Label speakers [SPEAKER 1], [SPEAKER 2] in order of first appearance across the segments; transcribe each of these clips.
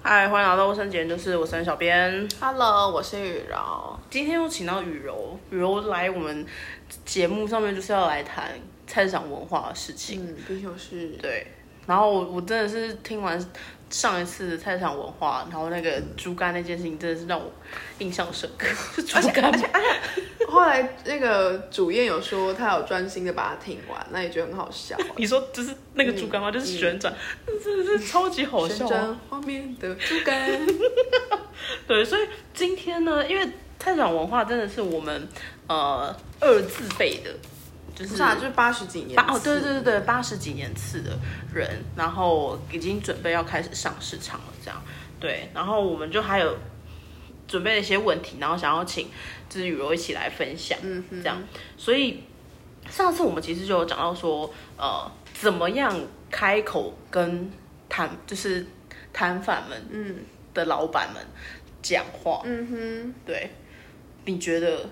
[SPEAKER 1] 嗨，欢迎来到卫生间，就是我是小编。
[SPEAKER 2] Hello，我是雨柔。
[SPEAKER 1] 今天又请到雨柔，雨柔来我们节目上面就是要来谈菜市场文化的事情。
[SPEAKER 2] 嗯，毕竟我是
[SPEAKER 1] 对，然后我我真的是听完上一次的菜市场文化，然后那个猪肝那件事情，真的是让我印象深刻。 是猪肝吗？
[SPEAKER 2] 后来那个主演有说他有专心的把它听完，那也觉得很好笑。
[SPEAKER 1] 你说就是那个猪肝吗？就是旋转，那真的是超级 好笑
[SPEAKER 2] 旋
[SPEAKER 1] 啊、
[SPEAKER 2] 转画面的猪 肝，
[SPEAKER 1] 对，所以今天呢，因为菜市场文化真的是我们呃二字辈的，就
[SPEAKER 2] 不
[SPEAKER 1] 是
[SPEAKER 2] 是啊，就是八十几年
[SPEAKER 1] 八哦，对
[SPEAKER 2] 次
[SPEAKER 1] 对对对，八十几年次的人，然后已经准备要开始上市场了，这样对，然后我们就还有准备了一些问题，然后想要请就是雨柔一起来分享，嗯，这样，所以上次我们其实就有讲到说，呃，怎么样开口跟摊就是摊贩们，嗯，的老板们讲话，嗯哼，对，你觉得，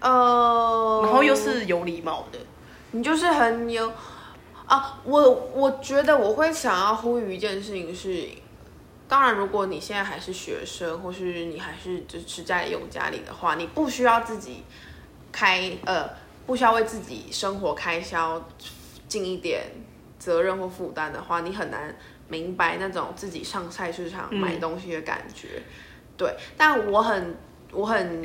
[SPEAKER 2] 呃，
[SPEAKER 1] 然后又是有礼貌的，
[SPEAKER 2] 你就是很有啊，我我觉得我会想要呼吁一件事情是，当然如果你现在还是学生，或是你还是就吃家里用家里的话，你不需要自己开呃，不需要为自己生活开销尽一点责任或负担的话，你很难明白那种自己上菜市场买东西的感觉。对，但我很我很。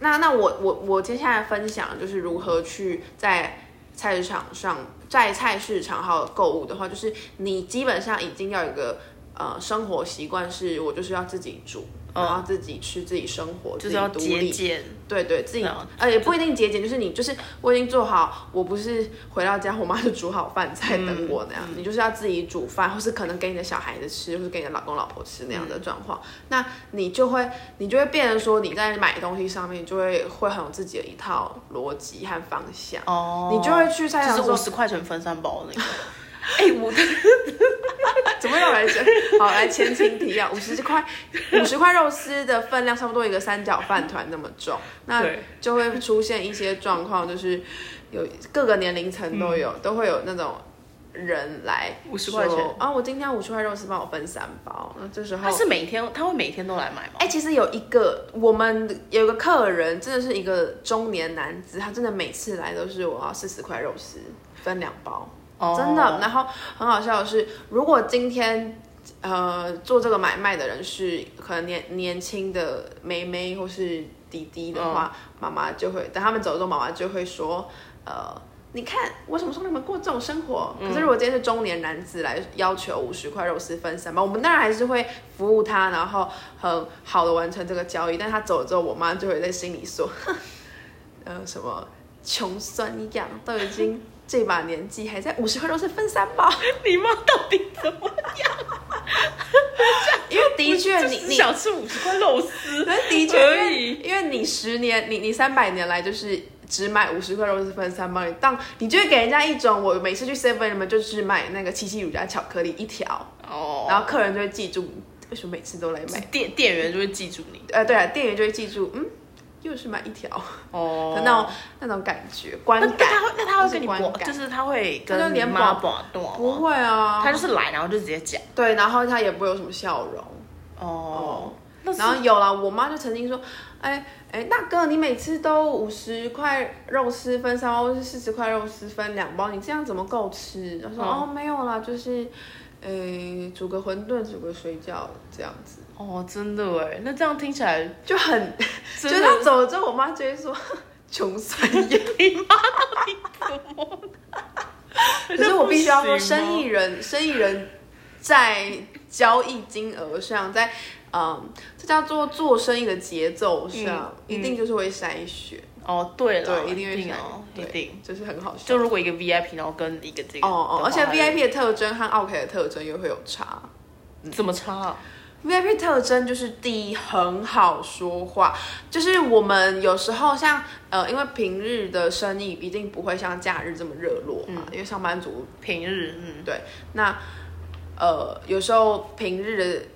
[SPEAKER 2] 那那我我我接下来分享就是如何去在菜市场上，在菜市场还有购物的话，就是你基本上已经要有一个呃生活习惯，是我就是要自己煮，然后自己吃，自己生
[SPEAKER 1] 哦
[SPEAKER 2] 活，
[SPEAKER 1] 就
[SPEAKER 2] 自
[SPEAKER 1] 是
[SPEAKER 2] 己
[SPEAKER 1] 要
[SPEAKER 2] 独
[SPEAKER 1] 节
[SPEAKER 2] 立，
[SPEAKER 1] 俭。
[SPEAKER 2] 对对，自己
[SPEAKER 1] 了
[SPEAKER 2] 呃也不一定节俭，就是你就是我已经做好，我不是回到家我妈就煮好饭菜等我那样，你就是要自己煮饭，或是可能给你的小孩子吃，或是给你的老公老婆吃那样的状况，那你就会你就会变成说你在买东西上面就会会很有自己的一套逻辑和方向，
[SPEAKER 1] 哦
[SPEAKER 2] 你就会去菜
[SPEAKER 1] 就
[SPEAKER 2] 场
[SPEAKER 1] 是
[SPEAKER 2] 说
[SPEAKER 1] 五十块钱分三包那个。哎、我
[SPEAKER 2] 怎么又来讲？好，来前情提要，五十块五十块肉丝的分量差不多一个三角饭团那么重，那
[SPEAKER 1] 对
[SPEAKER 2] 就会出现一些状况，就是有各个年龄层都有，都会有那种人来
[SPEAKER 1] 50
[SPEAKER 2] 说
[SPEAKER 1] 嗯块钱啊
[SPEAKER 2] 啊，我今天五十块肉丝帮我分三包，那这时候
[SPEAKER 1] 他是每天，他会每天都来买吗？
[SPEAKER 2] 哎、其实有一个我们有一个客人，真的是一个中年男子，他真的每次来都是我要四十块肉丝分两包，
[SPEAKER 1] 哦
[SPEAKER 2] 真的。然后很好笑的是，如果今天呃做这个买卖的人是可能年年轻的妹妹或是弟弟的话，妈妈就会等他们走的时候，妈妈就会说，呃。你看，我什么时候让你们过这种生活？可是如果今天是中年男子来要求五十块肉丝分三包，我们当然还是会服务他，然后很好的完成这个交易。但他走了之后，我妈就会在心里说， 哼呃，什么穷酸一样，都已经这把年纪还在五十块肉丝分三 包。
[SPEAKER 1] 你妈到底怎么？
[SPEAKER 2] 因为的确
[SPEAKER 1] 就
[SPEAKER 2] 你
[SPEAKER 1] 是
[SPEAKER 2] 你。
[SPEAKER 1] 想吃五十块肉丝，
[SPEAKER 2] 那 的确，
[SPEAKER 1] 而
[SPEAKER 2] 因为
[SPEAKER 1] 已
[SPEAKER 2] 因为你十年，你你三百年来就是只买五十块肉丝分三包，你当你就会给人家一种，我每次去 seven 你们就只买那个七七乳加巧克力一条，
[SPEAKER 1] 哦，
[SPEAKER 2] 然后客人就会记住嗯为什么每次都来买，
[SPEAKER 1] 店店员就会记住你
[SPEAKER 2] 呃，对啊，店员就会记住，嗯，又是买一条
[SPEAKER 1] 哦
[SPEAKER 2] 的那种那种感觉观
[SPEAKER 1] 那那
[SPEAKER 2] 感
[SPEAKER 1] 他会，那他会
[SPEAKER 2] 就是
[SPEAKER 1] 跟你
[SPEAKER 2] 观
[SPEAKER 1] 搏，
[SPEAKER 2] 感
[SPEAKER 1] 就是他会
[SPEAKER 2] 他
[SPEAKER 1] 跟
[SPEAKER 2] 就
[SPEAKER 1] 你
[SPEAKER 2] 连
[SPEAKER 1] 妈
[SPEAKER 2] 绑
[SPEAKER 1] 搏断
[SPEAKER 2] 不
[SPEAKER 1] 吗？
[SPEAKER 2] 会啊，
[SPEAKER 1] 哦他就是来，然后就直接讲
[SPEAKER 2] 对，然后他也不会有什么笑容。
[SPEAKER 1] 哦。那
[SPEAKER 2] 然后有了，我妈就曾经说，哎哎，大哥，你每次都五十块肉丝分三包，或是四十块肉丝分两包，你这样怎么够吃？我
[SPEAKER 1] 嗯
[SPEAKER 2] 说、哦，没有啦，就是，呃，煮个馄饨，煮个水饺这样子，
[SPEAKER 1] 哦，真的哎，那这样听起来
[SPEAKER 2] 就很，就
[SPEAKER 1] 真
[SPEAKER 2] 是
[SPEAKER 1] 的
[SPEAKER 2] 她走了之后，我妈就会说，穷酸 样。
[SPEAKER 1] 怎么？
[SPEAKER 2] 可是我必须要
[SPEAKER 1] 那
[SPEAKER 2] 说，
[SPEAKER 1] 不行哦吗
[SPEAKER 2] 生意人，生意人在交易金额上，在嗯，这叫做做生意的节奏上，
[SPEAKER 1] 嗯
[SPEAKER 2] 一定就是会筛选。
[SPEAKER 1] 哦，对了，
[SPEAKER 2] 对，一定会
[SPEAKER 1] 定
[SPEAKER 2] 想
[SPEAKER 1] 哦，一
[SPEAKER 2] 对
[SPEAKER 1] 定。，
[SPEAKER 2] 就是很好笑。
[SPEAKER 1] 就如果一个 VIP，然后跟一个这个
[SPEAKER 2] 哦哦，
[SPEAKER 1] 的
[SPEAKER 2] 而且
[SPEAKER 1] 话
[SPEAKER 2] VIP 的特征和 OK 的特征又会有差。
[SPEAKER 1] 怎么差啊？
[SPEAKER 2] VIP 特征就是第一，很好说话，就是我们有时候像呃，因为平日的生意一定不会像假日这么热络嘛，因为上班族
[SPEAKER 1] 平日，嗯，
[SPEAKER 2] 那呃，有时候平日的。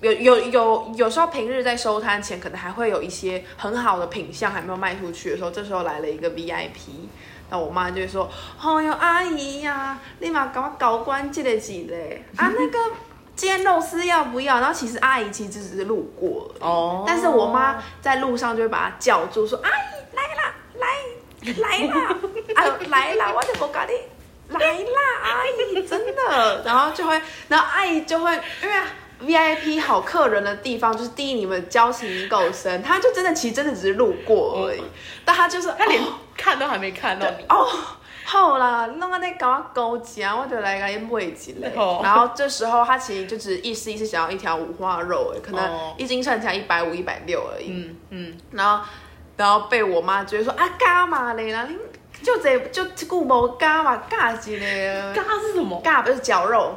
[SPEAKER 2] 有有有，有时候平日在收摊前，可能还会有一些很好的品相还没有卖出去的时候，这时候来了一个 VIP，那我妈就会说：“哦哟，阿姨呀、你嘛给我搞关这个几嘞啊那个今天肉丝要不要？然后其实阿姨其实只是路过而已，
[SPEAKER 1] 哦
[SPEAKER 2] 但是我妈在路上就会把她叫住，说：“阿姨来啦，来来 啦，啊来啦，我就不搞你，来啦，阿姨真 的。”然后就会，然后阿姨就会因为。VIP 好客人的地方就是第一，你们交情够深，她就真的其实真的只是路过而已，但她就是
[SPEAKER 1] 他哦连
[SPEAKER 2] 哦
[SPEAKER 1] 看都还没看到你，
[SPEAKER 2] 哦，好啦，弄个在搞我勾结，啊我就来给你买一个。
[SPEAKER 1] 哦
[SPEAKER 2] 然后这时候他其实就只意思意思想要一条五花肉，可
[SPEAKER 1] 哦
[SPEAKER 2] 能一斤算起来一百五、一百六而已。
[SPEAKER 1] 嗯嗯，
[SPEAKER 2] 然后，然后被我妈就会说啊，干嘛嘞啦？你就这就这久无干嘛干一个，
[SPEAKER 1] 嘎是什么？
[SPEAKER 2] 干不是绞肉？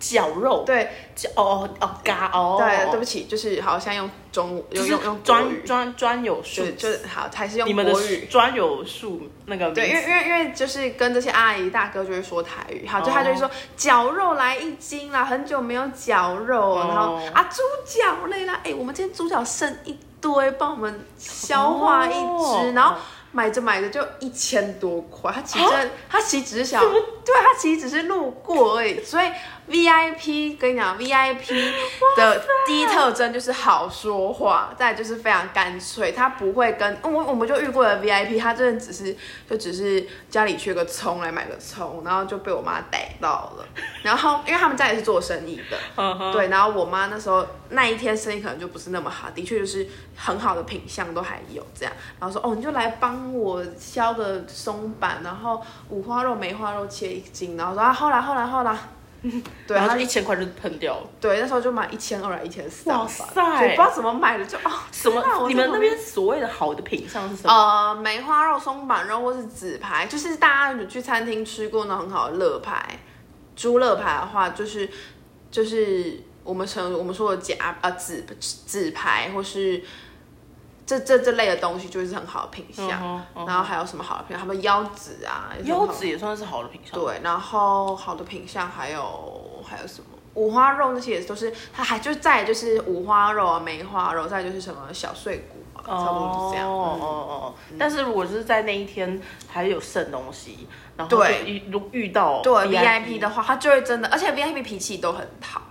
[SPEAKER 1] 绞肉，
[SPEAKER 2] 对
[SPEAKER 1] 绞哦哦嘎哦，
[SPEAKER 2] 对，对不起，就是好像用中
[SPEAKER 1] 就
[SPEAKER 2] 用
[SPEAKER 1] 是
[SPEAKER 2] 用用国
[SPEAKER 1] 专
[SPEAKER 2] 语，
[SPEAKER 1] 专专有术
[SPEAKER 2] 就，就是好还是
[SPEAKER 1] 你
[SPEAKER 2] 用
[SPEAKER 1] 们的
[SPEAKER 2] 国语。
[SPEAKER 1] 专有术那个名
[SPEAKER 2] 对，因为
[SPEAKER 1] 词
[SPEAKER 2] 因为因为就是跟这些阿姨大哥就会说台语，好，就他就会
[SPEAKER 1] 哦
[SPEAKER 2] 说绞肉来一斤啦，很久没有绞肉，
[SPEAKER 1] 哦
[SPEAKER 2] 然后啊猪脚类啦，哎，我们今天猪脚剩一堆，帮我们消化一只，
[SPEAKER 1] 哦
[SPEAKER 2] 然后。买着买着就一千多块，他其实真的他其实只是想，对他其实只是路过而已。所以 VIP 跟你讲，VIP 的第一特征就是好说话，再来就是非常干脆，他不会跟我我们就遇过的 VIP，他真的只是就只是家里缺个葱来买个葱，然后就被我妈逮到了。然后因为他们家也是做生意的，
[SPEAKER 1] 嗯哼，
[SPEAKER 2] 对，然后我妈那时候那一天生意可能就不是那么好，的确就是很好的品相都还有这样，然后说哦你就来帮我削个松板，然后五花肉梅花肉切一斤，然后说啊后来后来后来， 对，
[SPEAKER 1] 然后
[SPEAKER 2] 他
[SPEAKER 1] 就一千块就喷掉了，
[SPEAKER 2] 对那时候就买一千二啊一千三吧，
[SPEAKER 1] 哇塞
[SPEAKER 2] 就不知道怎么买的就哦
[SPEAKER 1] 什
[SPEAKER 2] 天哪我
[SPEAKER 1] 么？你
[SPEAKER 2] 真
[SPEAKER 1] 们
[SPEAKER 2] 的
[SPEAKER 1] 那
[SPEAKER 2] 没
[SPEAKER 1] 边所谓的好的品相是什么？
[SPEAKER 2] 呃，梅花肉、松板肉或是紫排，就是大家有去餐厅吃过那种很好的乐排，猪乐排的话，就是就是我们称我们说的夹啊紫紫排或是这这这类的东西，就是很好的品相。
[SPEAKER 1] 嗯哼嗯
[SPEAKER 2] 然后还有什么好的品相？他们腰子啊，也是很好
[SPEAKER 1] 腰
[SPEAKER 2] 的
[SPEAKER 1] 子也算是好的品相，
[SPEAKER 2] 对，然后好的品相还有还有什么？五花肉那些也都是，它还就再来就是五花肉啊、梅花肉，再来就是什么小碎骨啊，差不多就是这样。
[SPEAKER 1] 哦
[SPEAKER 2] 嗯
[SPEAKER 1] 哦哦！但是如果是在那一天还有剩东西，然后
[SPEAKER 2] 对
[SPEAKER 1] 就遇如遇到
[SPEAKER 2] 对 VIP 的话，他就会真的，而且 VIP 脾气都很好，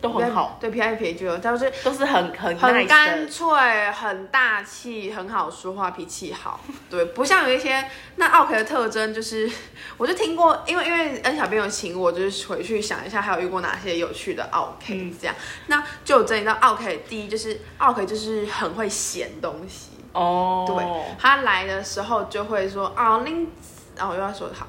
[SPEAKER 1] 都很好，
[SPEAKER 2] 对 VIP 就他就是
[SPEAKER 1] 都是很很
[SPEAKER 2] 很
[SPEAKER 1] nice
[SPEAKER 2] 干
[SPEAKER 1] 的。
[SPEAKER 2] 脆、很大气、很好说话、脾气好。 对，不像有一些那奥 K 的特征就是， 我就听过，因为因为恩小编有请我，就是回去想一下，还有遇过哪些有趣的奥 K、
[SPEAKER 1] 嗯
[SPEAKER 2] 这样。那就有整理到奥 K，第一就是奥 K 就是很会嫌东西。
[SPEAKER 1] 哦，
[SPEAKER 2] 对，他来的时候就会说啊，您，然后我又要说好，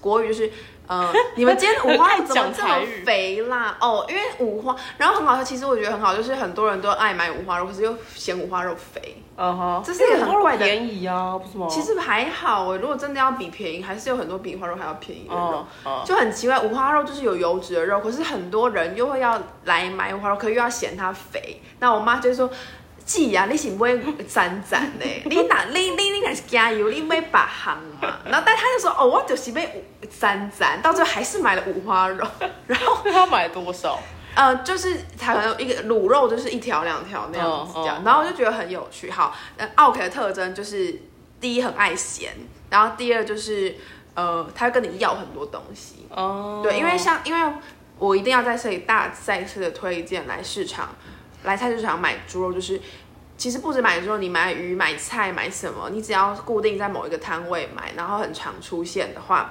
[SPEAKER 2] 国语就是。 呃，你们今天五花肉怎么这么肥啦？哦，因为五花，然后很好笑，其实我觉得很好，就是很多人都爱买五花肉，可是又嫌五花肉肥。
[SPEAKER 1] 嗯哼，
[SPEAKER 2] 这是一个很怪的
[SPEAKER 1] 因为五花肉便宜啊，不是吗？
[SPEAKER 2] 其实还好欸如果真的要比便宜，还是有很多比五花肉还要便宜的肉
[SPEAKER 1] 哦，哦，
[SPEAKER 2] 就很奇怪。五花肉就是有油脂的肉，可是很多人又会要来买五花肉，可又要嫌它肥。那我妈就说。姐啊，你是买赞赞的，你哪你你你哪是加油，你买八行嘛？然后但她就说哦，我就是买五赞赞，到最后还是买了五花肉， 然后
[SPEAKER 1] 那他买多少？
[SPEAKER 2] 呃，就是它可能有一个卤肉就是一条两条那样子这样
[SPEAKER 1] 哦哦
[SPEAKER 2] 然后我就觉得很有趣。好，呃，奥 K 的特征就是第一很爱咸，然后第二就是呃，他会跟你要很多东西。
[SPEAKER 1] 哦，
[SPEAKER 2] 对，因为像因为我一定要在这里大再次的推荐来市场，来菜市场买猪肉，就是其实不止买猪肉，你买鱼、买菜、买什么，你只要固定在某一个摊位买，然后很常出现的话。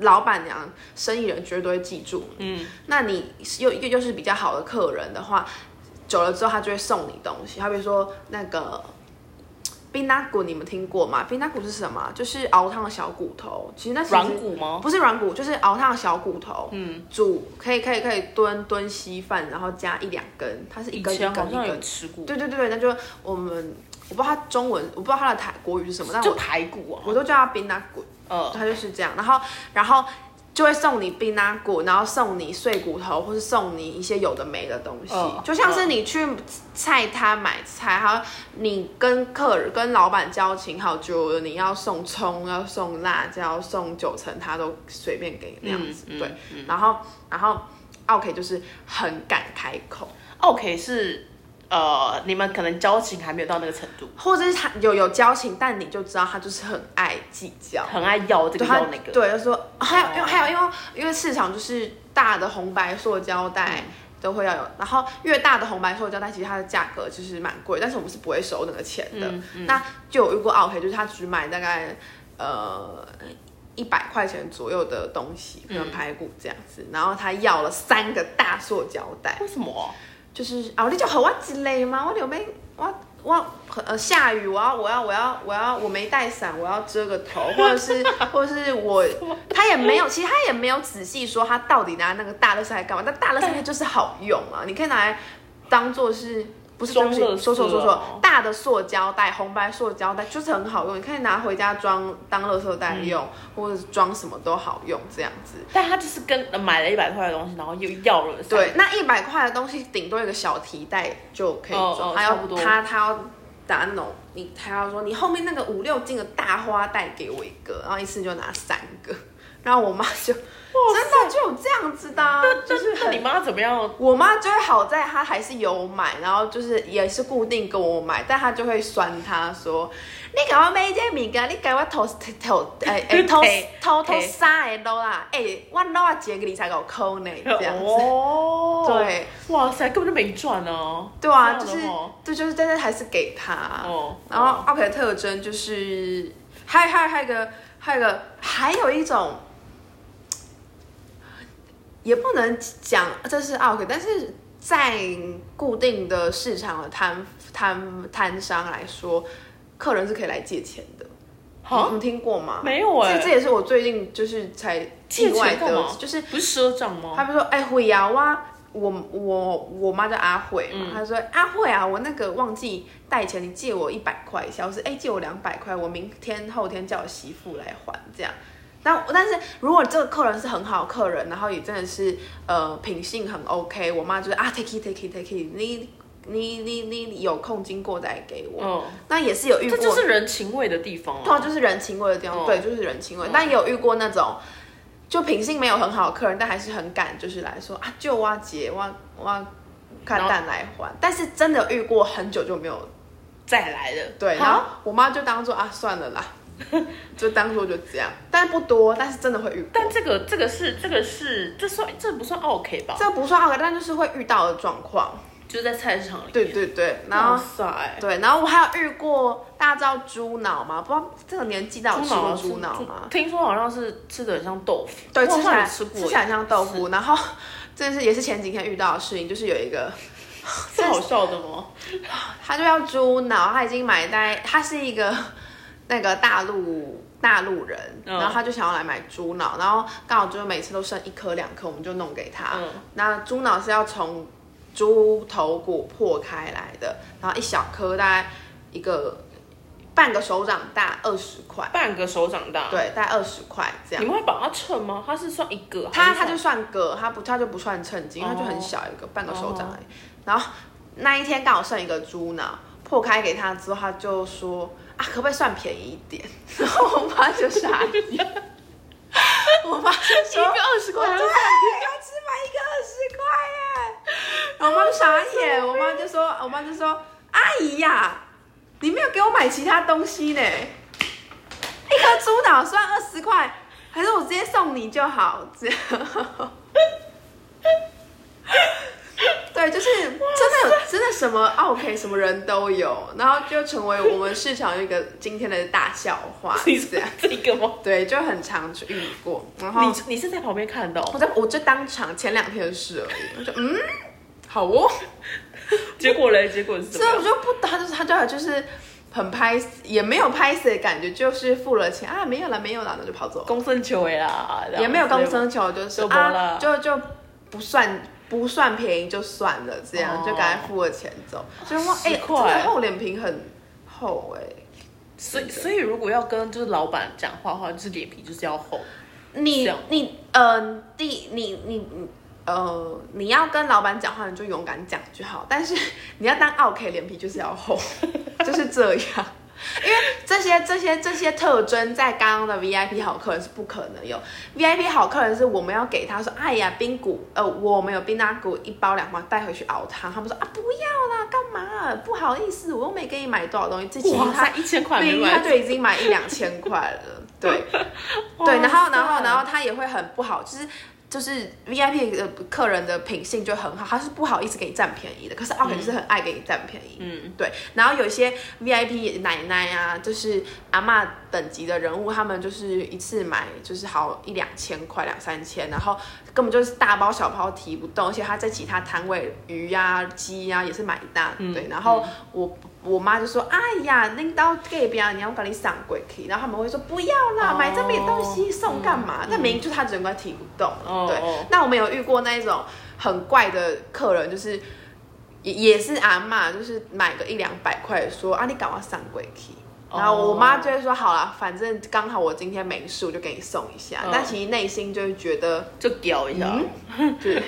[SPEAKER 2] 老板娘、生意人绝对都会记住你。嗯，那你又又又是比较好的客人的话，久了之后他就会送你东西，好比说那个冰达骨，你们听过吗？冰达骨是什么啊？就是熬汤的小骨头，其实那其实
[SPEAKER 1] 软骨吗？
[SPEAKER 2] 哦不是软骨，就是熬烫的小骨头，嗯，煮可以可以可以炖炖稀饭，然后加一两根，它是一
[SPEAKER 1] 以
[SPEAKER 2] 根一
[SPEAKER 1] 前好
[SPEAKER 2] 根一
[SPEAKER 1] 像有
[SPEAKER 2] 根，
[SPEAKER 1] 吃过，
[SPEAKER 2] 对对对，那就我们我不知道它中文，我不知道它的台国语是什么，但
[SPEAKER 1] 就
[SPEAKER 2] 我
[SPEAKER 1] 排骨啊，
[SPEAKER 2] 我都叫它冰拿骨，
[SPEAKER 1] 呃，
[SPEAKER 2] 它就是这样，然后然后就会送你冰拿骨，然后送你碎骨头，或是送你一些有的没的东西，哦
[SPEAKER 1] 嗯
[SPEAKER 2] 就像是你去菜摊买菜，还有你跟客人跟老板交情好久了，你要送葱，要送辣椒，送九层塔都随便给你那样子，
[SPEAKER 1] 嗯嗯
[SPEAKER 2] 对，然后然后 OK 就是很敢开口，
[SPEAKER 1] OK 是呃，你们可能交情还没有到那个程度，
[SPEAKER 2] 或者是他有有交情，但你就知道他就是很爱计较，
[SPEAKER 1] 很爱要这个
[SPEAKER 2] 对他
[SPEAKER 1] 要那个，哦
[SPEAKER 2] 对，就说还有，因为还有，因为因为市场就是大的红白塑胶袋
[SPEAKER 1] 嗯
[SPEAKER 2] 都会要有，然后越大的红白塑胶袋，其实它的价格就是蛮贵，但是我们是不会收那个钱的。
[SPEAKER 1] 嗯嗯
[SPEAKER 2] 那就有遇过 OK，就是他只买大概呃一百块钱左右的东西，
[SPEAKER 1] 嗯
[SPEAKER 2] 可能排骨这样子，然后他要了三个大塑胶袋，
[SPEAKER 1] 为什么？
[SPEAKER 2] 就是啊，你就和我之类吗？我刘备，我我呃下雨，我要我要我要我要我没带伞，我要遮个头，或者是 或者是我他也没有，其实他也没有仔细说他到底拿那个大乐色来干嘛，但大乐色它就是好用啊，你可以拿来当做是。不是，对
[SPEAKER 1] 装
[SPEAKER 2] 不起，
[SPEAKER 1] 垃圾
[SPEAKER 2] 说错说错
[SPEAKER 1] 哦，
[SPEAKER 2] 大的塑胶袋、红白塑胶袋就是很好用，你可以拿回家装当垃圾袋用，
[SPEAKER 1] 嗯
[SPEAKER 2] 或者是装什么都好用这样子。
[SPEAKER 1] 但他就是跟呃买了一百块的东西，然后又要了，
[SPEAKER 2] 对，，那一百块的东西，顶多一个小提袋就可以
[SPEAKER 1] 哦
[SPEAKER 2] 装。
[SPEAKER 1] 哦
[SPEAKER 2] 他
[SPEAKER 1] 差
[SPEAKER 2] 要
[SPEAKER 1] 不多
[SPEAKER 2] 他他要打那种，你他要说你后面那个五六斤的大花袋给我一个，然后一次就拿三个。然后我妈就真的就有这样子的啊、就
[SPEAKER 1] 就是是
[SPEAKER 2] 很
[SPEAKER 1] 你妈怎么样？
[SPEAKER 2] 我妈就会好在她还是有买，然后就是也是固定跟我买，但她就会酸她说：“你给我买这物件，你给我偷偷哎 哎偷
[SPEAKER 1] 提
[SPEAKER 2] 偷偷
[SPEAKER 1] 提
[SPEAKER 2] 三个捞啦，哎、我捞啊姐给你才给我扣呢，这样子。
[SPEAKER 1] 哦，
[SPEAKER 2] 对，
[SPEAKER 1] 哇塞，根本就没赚哦。
[SPEAKER 2] 对啊，
[SPEAKER 1] 这
[SPEAKER 2] 就
[SPEAKER 1] 样
[SPEAKER 2] 是
[SPEAKER 1] 的话
[SPEAKER 2] 对，就是但是还是给他。
[SPEAKER 1] 哦
[SPEAKER 2] 然后奥克的特征就是，还有还有还有一个还有一个还有一种，也不能讲这是奥克，但是在固定的市场的摊摊摊商来说，客人是可以来借钱的。
[SPEAKER 1] 好
[SPEAKER 2] 你你听过吗？
[SPEAKER 1] 没有哎
[SPEAKER 2] 这这也是我最近就是才
[SPEAKER 1] 借
[SPEAKER 2] 意外
[SPEAKER 1] 钱干
[SPEAKER 2] 的
[SPEAKER 1] 嘛？，
[SPEAKER 2] 就是
[SPEAKER 1] 不是赊账吗？
[SPEAKER 2] 他们说，哎、慧瑶啊，我我我妈叫阿慧嘛，她说阿慧啊，我那个忘记带钱，你借我一百块一下，我说哎、借我两百块，我明天后天叫我媳妇来还这样。那但是如果这个客人是很好的客人，然后也真的是呃品性很 OK，我妈就是啊 take it take it take it，你你你你有空经过再给我，
[SPEAKER 1] 嗯，
[SPEAKER 2] 那也是有遇
[SPEAKER 1] 这
[SPEAKER 2] 过，
[SPEAKER 1] 就是人情味的地方
[SPEAKER 2] 通
[SPEAKER 1] 啊。
[SPEAKER 2] 常就是人情味的地方，
[SPEAKER 1] 哦
[SPEAKER 2] 对，就是人情味。但也有遇过那种，就品性没有很好的客人，但还是很敢，就是来说啊，就挖姐挖挖看蛋来还。但是真的有遇过很久就没有
[SPEAKER 1] 再来的，
[SPEAKER 2] 对，然后
[SPEAKER 1] 好，
[SPEAKER 2] 我妈就当做啊算 了啦，就当做就这样，但不多，但是真的会遇过
[SPEAKER 1] 但。这个这个是这个是这算这不算 OK 吧？
[SPEAKER 2] 这不算好，但就是会遇到的状况。
[SPEAKER 1] 就是在菜市场里面。
[SPEAKER 2] 对对对，然
[SPEAKER 1] 哇
[SPEAKER 2] 后
[SPEAKER 1] 塞，
[SPEAKER 2] 对，然后我还有遇过，大家知道猪脑吗？不知道这个年纪大家有吃过
[SPEAKER 1] 是
[SPEAKER 2] 猪脑
[SPEAKER 1] 啊
[SPEAKER 2] 吗？
[SPEAKER 1] 听说好像是吃的很像豆腐，
[SPEAKER 2] 对，
[SPEAKER 1] 我好
[SPEAKER 2] 吃起
[SPEAKER 1] 像
[SPEAKER 2] 来
[SPEAKER 1] 有吃过
[SPEAKER 2] 起来像豆腐。然后 这是也是前几天遇到的事情，就是有一个
[SPEAKER 1] 是好笑的吗？
[SPEAKER 2] 他就要猪脑，他已经买大概，他是一个 那个大陆大陆人，
[SPEAKER 1] 嗯
[SPEAKER 2] 然后他就想要来买猪脑，然后刚好就是每次都剩一颗两颗，我们就弄给他。
[SPEAKER 1] 嗯
[SPEAKER 2] 那猪脑是要从猪头骨破开来的，然后一小颗大概一个半个手掌大，二十块，
[SPEAKER 1] 半个手掌大。，
[SPEAKER 2] 对，大概二十块这样
[SPEAKER 1] 你。们会把它称吗？它是算一个，
[SPEAKER 2] 它
[SPEAKER 1] 还
[SPEAKER 2] 它
[SPEAKER 1] 是
[SPEAKER 2] 就算个，它不它就不算称斤，
[SPEAKER 1] 哦
[SPEAKER 2] 它就很小一个，半个手掌而已。然后那一天刚好剩一个猪脑，破开给他之后，他就说啊，可不可以算便宜一点？ 然后我妈就傻眼， 我妈就说
[SPEAKER 1] 一个20块啊
[SPEAKER 2] 对，要只买一个二十块耶。然后我妈就傻眼，我妈就说，我妈就说，阿姨呀、你没有给我买其他东西呢。一颗猪脑算二十块，还是我直接送你就好？ 这样。对，就是真的有，真的什么 OK，什么人都有，然后就成为我们市场一个今天的大笑话，
[SPEAKER 1] 你
[SPEAKER 2] 这
[SPEAKER 1] 是
[SPEAKER 2] 样。
[SPEAKER 1] 这个吗？
[SPEAKER 2] 对，就很常遇过。然后
[SPEAKER 1] 你你是在旁边看到，
[SPEAKER 2] 我在我就当场前两天的事而已，我就嗯，好哦。
[SPEAKER 1] 结果嘞，结果是怎
[SPEAKER 2] 所以
[SPEAKER 1] 么样？
[SPEAKER 2] 我就不，他就是他就就是很拍，也没有拍死的感觉，就是付了钱啊，没有了，没有了，那就跑走了，
[SPEAKER 1] 公孙球哎啦，这样
[SPEAKER 2] 也没有公。生球，就是
[SPEAKER 1] 就没
[SPEAKER 2] 啊
[SPEAKER 1] 了，
[SPEAKER 2] 就就不算不算便宜就算了，这样、
[SPEAKER 1] 哦
[SPEAKER 2] 就赶快付了钱走，所以我
[SPEAKER 1] 十
[SPEAKER 2] 哎、
[SPEAKER 1] 块
[SPEAKER 2] 真的厚脸皮很厚哎、
[SPEAKER 1] 所以所以如果要跟就是老板讲话的话，就是脸皮就是要厚。
[SPEAKER 2] 你
[SPEAKER 1] 是哦
[SPEAKER 2] 你呃，第你你你呃，你要跟老板讲话，你就勇敢讲 就好。但是你要当 OK 脸皮就是要厚，就是这样。因为这这些这些这些特征在刚刚的 VIP 好客人是不可能有。VIP 好客人是我们要给他说，哎呀，冰骨，呃，我们有冰拉骨一包两包带回去熬汤。他们说啊，不要啦，干嘛？啊不好意思，我又没给你买多少东西，这其实
[SPEAKER 1] 哇
[SPEAKER 2] 他
[SPEAKER 1] 塞，一千块
[SPEAKER 2] 毕
[SPEAKER 1] 没
[SPEAKER 2] 竟他
[SPEAKER 1] 买
[SPEAKER 2] 就已经买一两千块了， 对。对，然后然后然后他也会很不好，就是就是 VIP 的客人的品性就很好，他是不好意思给你占便宜的，可是 OK 就是很爱给你占便宜，
[SPEAKER 1] 嗯，
[SPEAKER 2] 对。然后有一些 VIP 奶奶啊，就是阿嬷等级的人物，他们就是一次买就是好一两千块、两三千，然后根本就是大包小包提不动，而且他在其他摊位鱼呀、鸡啊呀、也是买一大堆，然后我。我妈就说：“哎呀，拎到隔壁啊，你要跟你上过去。”然后他们会说：“不要啦，
[SPEAKER 1] 哦嗯
[SPEAKER 2] 买这么点东西送干嘛？”但明明就他整个提不动。
[SPEAKER 1] 哦
[SPEAKER 2] 对
[SPEAKER 1] 哦，
[SPEAKER 2] 那我们有遇过那一种很怪的客人，就是也也是阿嬷，就是买个一两百块，说：“啊，你赶快上过去。”
[SPEAKER 1] 哦
[SPEAKER 2] 然后我妈就会说：“好啦，反正刚好我今天没事，我就给你送一下。
[SPEAKER 1] 嗯
[SPEAKER 2] 但其实内心就会觉得，
[SPEAKER 1] 就屌一下，
[SPEAKER 2] 嗯，对，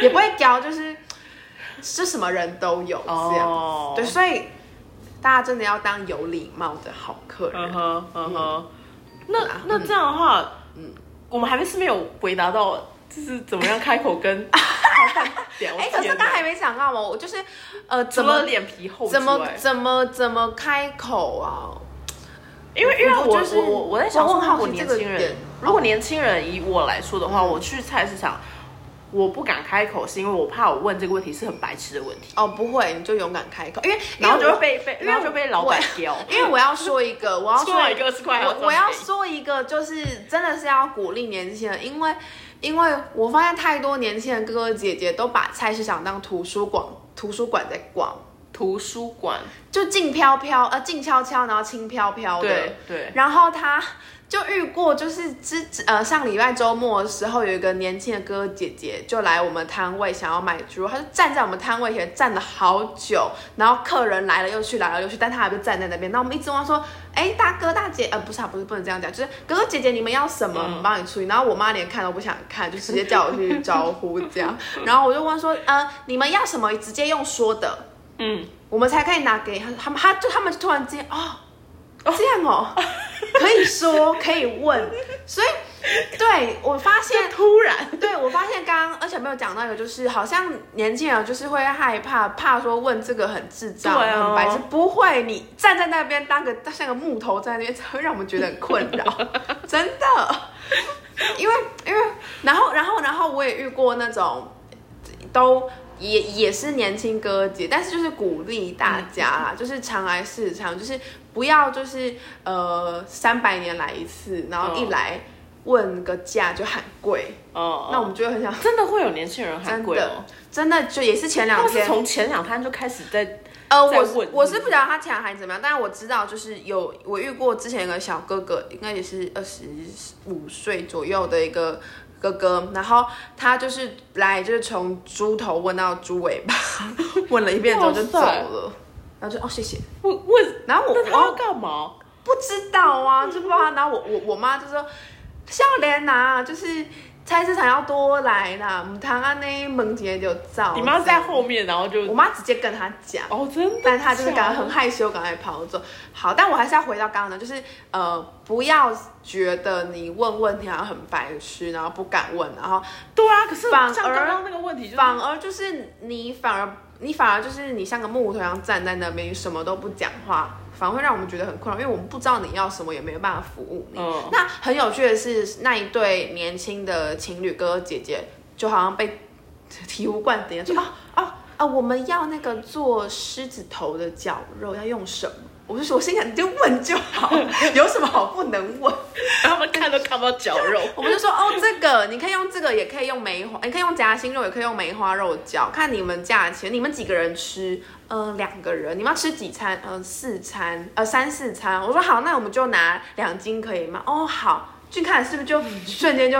[SPEAKER 2] 也不会教，就是是什么人都有这样。
[SPEAKER 1] 哦，
[SPEAKER 2] 啊对，所以大家真的要当有礼貌的好客人。
[SPEAKER 1] 嗯哼，嗯哼，那
[SPEAKER 2] 嗯
[SPEAKER 1] 那这样的话，嗯，我们还没是没有回答到，就是怎么样开口 跟聊
[SPEAKER 2] 哎、
[SPEAKER 1] 天的。
[SPEAKER 2] 可是刚才没讲到嘛，哦我就是呃，
[SPEAKER 1] 除
[SPEAKER 2] 怎
[SPEAKER 1] 了
[SPEAKER 2] 么
[SPEAKER 1] 脸皮厚之
[SPEAKER 2] 怎么
[SPEAKER 1] 外，
[SPEAKER 2] 怎么怎么开口啊？
[SPEAKER 1] 因为因为
[SPEAKER 2] 我
[SPEAKER 1] 我
[SPEAKER 2] 就是
[SPEAKER 1] 我我我在想
[SPEAKER 2] 我
[SPEAKER 1] 说，
[SPEAKER 2] 很好
[SPEAKER 1] 如
[SPEAKER 2] 奇
[SPEAKER 1] 果年
[SPEAKER 2] 这
[SPEAKER 1] 轻
[SPEAKER 2] 个点嗯
[SPEAKER 1] 人，如果年轻人以我来说的话，我去菜市场，我不敢开口，是因为我怕我问这个问题是很白痴的问题，
[SPEAKER 2] 哦，不会，你就勇敢开口，因为
[SPEAKER 1] 然后就会
[SPEAKER 2] 被。
[SPEAKER 1] 被被
[SPEAKER 2] 因为
[SPEAKER 1] 然后就被老板
[SPEAKER 2] 我
[SPEAKER 1] 刁。
[SPEAKER 2] 因为我要说 一个，我要
[SPEAKER 1] 出来
[SPEAKER 2] 说
[SPEAKER 1] 一个是快
[SPEAKER 2] 我我要说一个，就是真的是要鼓励年轻人，因为因为我发现太多年轻人哥哥姐姐都把菜市场当图书馆图书馆在逛，
[SPEAKER 1] 图书馆，
[SPEAKER 2] 就静飘飘呃静悄悄，然后轻飘飘的。
[SPEAKER 1] 对对，
[SPEAKER 2] 然后他就遇过，就是之呃上礼拜周末的时候，有一个年轻的哥哥姐姐就来我们摊位想要买猪肉，他就站在我们摊位前站了好久，然后客人来了又去，来了又去，但他还就站在那边。那我们一直问他说：“哎，大哥大姐，呃，不是啊，不是不能这样讲，就是哥哥姐姐你们要什么，
[SPEAKER 1] 嗯
[SPEAKER 2] 我们帮你处理。”然后我妈连看都不想看，就直接叫我去招呼这样。然后我就问说：“呃，你们要什么？直接用说的。”
[SPEAKER 1] 嗯，
[SPEAKER 2] 我们才可以拿给他，他们他就他们就突然之间哦，这样 哦，可以说可以问，所以对我发现
[SPEAKER 1] 突然，
[SPEAKER 2] 对我发现刚刚而且没有讲到一个，就是好像年轻人就是会害怕，怕说问这个很智障、
[SPEAKER 1] 对啊
[SPEAKER 2] 很白痴，不会，你站在那边当个像个木头站在那边，才会让我们觉得很困 扰，真的，因为因为然后然后然后我也遇过那种都。也也是年轻哥姐，但是就是鼓励大家啦，就是常来市场，就是不要就是呃三百年来一次，然后一
[SPEAKER 1] 嗯
[SPEAKER 2] 来问个价就喊贵，
[SPEAKER 1] 哦，
[SPEAKER 2] 那我们就会很想，
[SPEAKER 1] 真的会有年轻人喊
[SPEAKER 2] 真
[SPEAKER 1] 贵
[SPEAKER 2] 的
[SPEAKER 1] 哦。
[SPEAKER 2] 真的就也是前
[SPEAKER 1] 他
[SPEAKER 2] 两
[SPEAKER 1] 们是
[SPEAKER 2] 天，
[SPEAKER 1] 从前两摊就开始在
[SPEAKER 2] 呃，
[SPEAKER 1] 在
[SPEAKER 2] 我
[SPEAKER 1] 问
[SPEAKER 2] 我是不知道他前两天怎么样，但是我知道就是有我遇过之前有个小哥哥，应该也是二十五岁左右的一个。哥哥，然后他就是来，就是从猪头问到猪尾巴， 问了一遍之后就走了，然后就哦谢谢，
[SPEAKER 1] 问问，
[SPEAKER 2] 然后我
[SPEAKER 1] 那他要
[SPEAKER 2] 我
[SPEAKER 1] 干嘛？
[SPEAKER 2] 不知道啊，就不知道他，然后我我我妈就说，笑脸呐，就是菜市场要多来啦，唔通安尼门前就走。
[SPEAKER 1] 你妈在后面，然后就
[SPEAKER 2] 我妈直接跟他讲，
[SPEAKER 1] 哦，真的假的，
[SPEAKER 2] 但他就是感觉很害羞，赶快跑走。好，但我还是要回到刚刚的，就是呃，不要觉得你问问题好像很白痴，然后不敢问，然后
[SPEAKER 1] 对啊。可是
[SPEAKER 2] 反
[SPEAKER 1] 像
[SPEAKER 2] 而
[SPEAKER 1] 刚刚那个问题，就是
[SPEAKER 2] 反而就是你反而你反而就是你像个木头一样站在那边，你什么都不讲话，反而会让我们觉得很困扰，因为我们不知道你要什么，也没有办法服务你。
[SPEAKER 1] 嗯
[SPEAKER 2] 那很有趣的是，那一对年轻的情侣哥哥姐姐就好像被醍醐灌顶，说啊啊啊，我们要那个做狮子头的绞肉，要用什么？我就说，我心想你就问就好，有什么好不能问？
[SPEAKER 1] 他们看都看不到绞肉，
[SPEAKER 2] 我们就说哦，这个你可以用这个，也可以用梅花，你可以用夹心肉，也可以用梅花肉饺，看你们价钱，你们几个人吃？嗯、两个人，你们要吃几餐？嗯、四餐，呃，三四餐。我说好，那我们就拿两斤可以吗？哦，好，去看是不是就瞬间就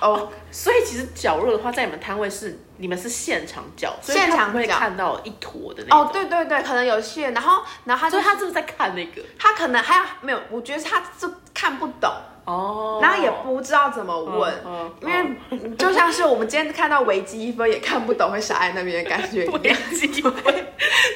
[SPEAKER 2] 哦，
[SPEAKER 1] 所以其实绞肉的话，在你们摊位是你们是现场绞，所以
[SPEAKER 2] 现场
[SPEAKER 1] 他不会
[SPEAKER 2] 绞
[SPEAKER 1] 看到一坨的那种
[SPEAKER 2] 哦，，对对对，可能有些人，然后然后他
[SPEAKER 1] 所以
[SPEAKER 2] 就
[SPEAKER 1] 他就是在看那个
[SPEAKER 2] 他可能还有没有，我觉得他就看不懂，
[SPEAKER 1] 哦，
[SPEAKER 2] 然后也不知道怎么问。
[SPEAKER 1] 嗯
[SPEAKER 2] 因为就像是我们今天看到维基一分也看不懂， 会傻在那边的感觉一样
[SPEAKER 1] 危机，根本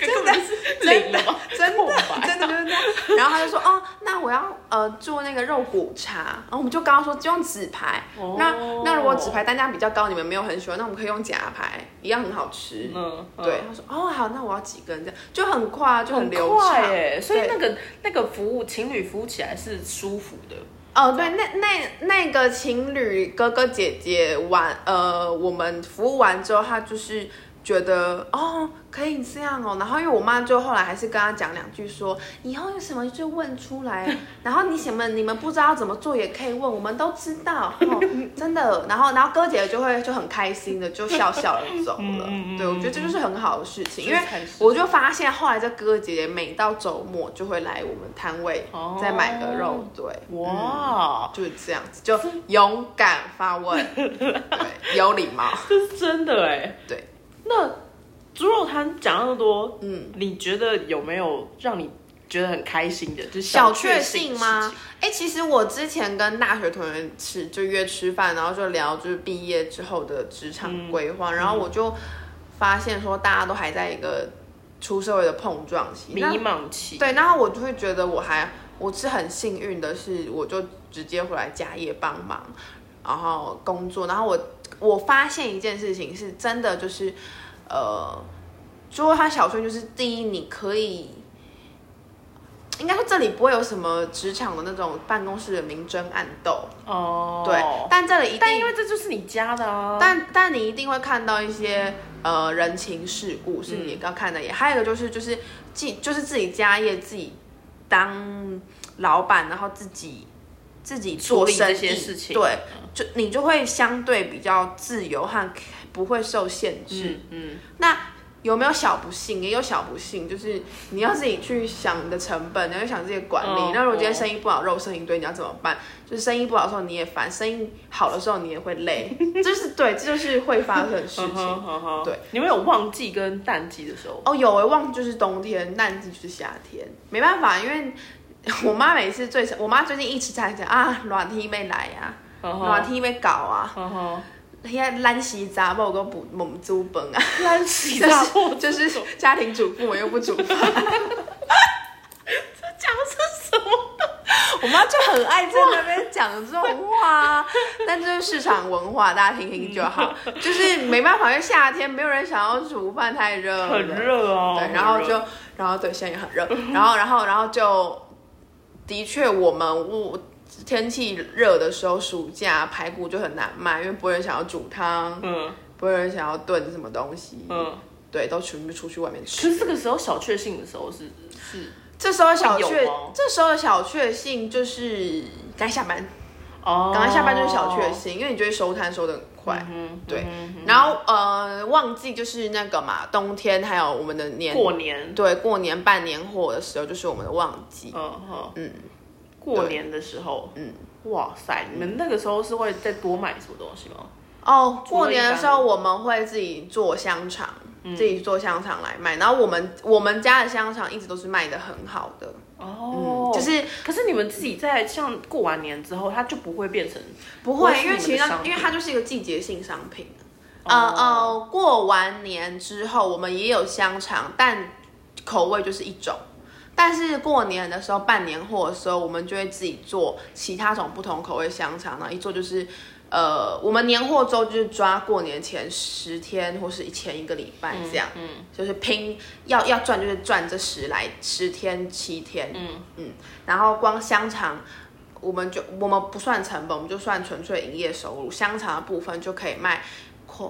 [SPEAKER 1] 就是
[SPEAKER 2] 真
[SPEAKER 1] 零
[SPEAKER 2] 的
[SPEAKER 1] 了吧，
[SPEAKER 2] 真
[SPEAKER 1] 空
[SPEAKER 2] 的
[SPEAKER 1] 白
[SPEAKER 2] 真对对对。然后他就说，哦，那我要呃做那个肉骨茶，然后我们就刚刚说就用纸牌。
[SPEAKER 1] 哦
[SPEAKER 2] 那那如果纸牌单价比较高，你们没有很喜欢，那我们可以用假牌，一样很好吃。
[SPEAKER 1] 嗯，嗯
[SPEAKER 2] 对，，他说哦好，那我要几根这样，就很快啊，就
[SPEAKER 1] 很
[SPEAKER 2] 流畅
[SPEAKER 1] 快。哎，所以
[SPEAKER 2] 对
[SPEAKER 1] 那个那个服务情侣服务起来是舒服的，
[SPEAKER 2] 哦，对，那那那个情侣哥哥姐姐玩，呃，我们服务完之后，他就是觉得哦，可以这样哦。然后因为我妈就后来还是跟他讲两句说，以后有什么就问出来，然后你什么你们不知道怎么做也可以问，我们都知道， 哦、真的。然后然后哥姐就会就很开心的就笑笑的走
[SPEAKER 1] 嗯
[SPEAKER 2] 了。对，我觉得这就是很好的事情，因为
[SPEAKER 1] 就是开心
[SPEAKER 2] 我就发现后来这哥哥姐姐每到周末就会来我们摊位、
[SPEAKER 1] 哦
[SPEAKER 2] 再买个肉，对，嗯
[SPEAKER 1] 哇，
[SPEAKER 2] 就是这样子，就勇敢发 问，对，有礼貌，
[SPEAKER 1] 这是 真的哎。
[SPEAKER 2] 对。
[SPEAKER 1] 那猪肉摊讲那么多，
[SPEAKER 2] 嗯，
[SPEAKER 1] 你觉得有没有让你觉得很开心的？就是
[SPEAKER 2] 小
[SPEAKER 1] 确
[SPEAKER 2] 确
[SPEAKER 1] 幸
[SPEAKER 2] 幸
[SPEAKER 1] 的
[SPEAKER 2] 吗
[SPEAKER 1] 事情？？
[SPEAKER 2] 哎、其实我之前跟大学同学吃，就约吃饭，然后就聊就是毕业之后的职场规划，然后我就发现说大家都还在一个出社会的碰撞期，
[SPEAKER 1] 迷
[SPEAKER 2] 那
[SPEAKER 1] 茫期，
[SPEAKER 2] 对，然后我就会觉得我还我是很幸运的是，我就直接回来家业帮忙，然后工作，然后我我发现一件事情是真的就是，呃，说他小顺就是第一，你可以。应该说这里不会有什么职场的那种办公室的明争暗斗，
[SPEAKER 1] 哦，
[SPEAKER 2] 对，但这里一
[SPEAKER 1] 但因
[SPEAKER 2] 定，
[SPEAKER 1] 为这就是你家的啊，
[SPEAKER 2] 但但你一定会看到一些呃人情世故是你要看的也，还有一个就是就是自就是自己家业自己当老板，然后自己自己
[SPEAKER 1] 处
[SPEAKER 2] 做
[SPEAKER 1] 理
[SPEAKER 2] 生
[SPEAKER 1] 这
[SPEAKER 2] 意，
[SPEAKER 1] 些事情，
[SPEAKER 2] 对，就你就会相对比较自由和不会受限制。
[SPEAKER 1] 嗯嗯，
[SPEAKER 2] 那有没有小不幸？也有小不幸，就是你要自己去想你的成本，你要想这些管理。
[SPEAKER 1] 嗯
[SPEAKER 2] 那如果今天
[SPEAKER 1] 嗯
[SPEAKER 2] 生意不好，肉生一堆，你要怎么办？就是生意不好的时候你也烦，生意好的时候你也会累， 就是对，这就是会发生的事
[SPEAKER 1] 嗯哼
[SPEAKER 2] 情。
[SPEAKER 1] 哼哼
[SPEAKER 2] 对，
[SPEAKER 1] 你们有旺季跟淡季的时候，
[SPEAKER 2] 哦，有诶、旺季就是冬天，淡季就是夏天，没办法，因为我妈每次最，我妈最近一直在讲啊，暖梯没来呀、
[SPEAKER 1] 嗯
[SPEAKER 2] 啊，
[SPEAKER 1] 哼
[SPEAKER 2] 暖梯没搞啊，
[SPEAKER 1] 嗯哼，
[SPEAKER 2] 现在懒洗杂某个不母煮饭啊，
[SPEAKER 1] 烂死
[SPEAKER 2] 就
[SPEAKER 1] 大货
[SPEAKER 2] 是 就是家庭主妇，我又不煮饭。
[SPEAKER 1] 讲的是什么？
[SPEAKER 2] 我妈就很爱在那边讲这种话，但这是市场文化，大家听听就好。就是没办法，因为夏天没有人想要煮饭，太热了，
[SPEAKER 1] 很热哦，
[SPEAKER 2] 对，然后
[SPEAKER 1] 很热嗯
[SPEAKER 2] 就，然后对，现在也很热，然后，然后，然后就，的确，我们我天气热的时候，暑假排骨就很难卖，因为不会有人想要煮汤，
[SPEAKER 1] 嗯
[SPEAKER 2] 不会有人想要炖什么东西，
[SPEAKER 1] 嗯，
[SPEAKER 2] 对，都全部出去外面吃。
[SPEAKER 1] 可是这个时候小确幸的时候是是
[SPEAKER 2] 这时候小确
[SPEAKER 1] 有哦，
[SPEAKER 2] 这时候的小确幸就是该下班，
[SPEAKER 1] 哦，
[SPEAKER 2] 赶快下班就是小确幸，因为你就会收摊收的很快。
[SPEAKER 1] 嗯，
[SPEAKER 2] 对
[SPEAKER 1] 嗯
[SPEAKER 2] 然后呃，旺季就是那个嘛，冬天还有我们的年，
[SPEAKER 1] 过年，
[SPEAKER 2] 对，过年办年货的时候就是我们的旺季。
[SPEAKER 1] 嗯哼，嗯，过年的时候，
[SPEAKER 2] 嗯，
[SPEAKER 1] 哇塞，你们那个时候是会再多买什么东西吗？
[SPEAKER 2] 哦，
[SPEAKER 1] 除了
[SPEAKER 2] 过
[SPEAKER 1] 一
[SPEAKER 2] 年的
[SPEAKER 1] 般
[SPEAKER 2] 时候我们会自己做香肠，自己做香肠来卖。然后我们我们家的香肠一直都是卖的很好的，
[SPEAKER 1] 哦
[SPEAKER 2] 嗯就，是
[SPEAKER 1] 可是你们自己在像过完年之后，它就不会变成
[SPEAKER 2] 不
[SPEAKER 1] 不会
[SPEAKER 2] 会，
[SPEAKER 1] 是
[SPEAKER 2] 因为其
[SPEAKER 1] 你们的
[SPEAKER 2] 实它
[SPEAKER 1] 商
[SPEAKER 2] 因
[SPEAKER 1] 品
[SPEAKER 2] 为它就是一个季节性商品。呃呃，过完年之后我们也有香肠，但口味就是一种。但是过年的时候办年货的时候，我们就会自己做其他种不同口味香肠，然后一做就是。呃，我们年货周就是抓过年前十天或是前一个礼拜这样，嗯，就是拼要要赚就是赚这十来十天七天，嗯嗯，然后光香肠我们就我们不算成本，我们就算纯粹营业收入，香肠的部分就可以卖快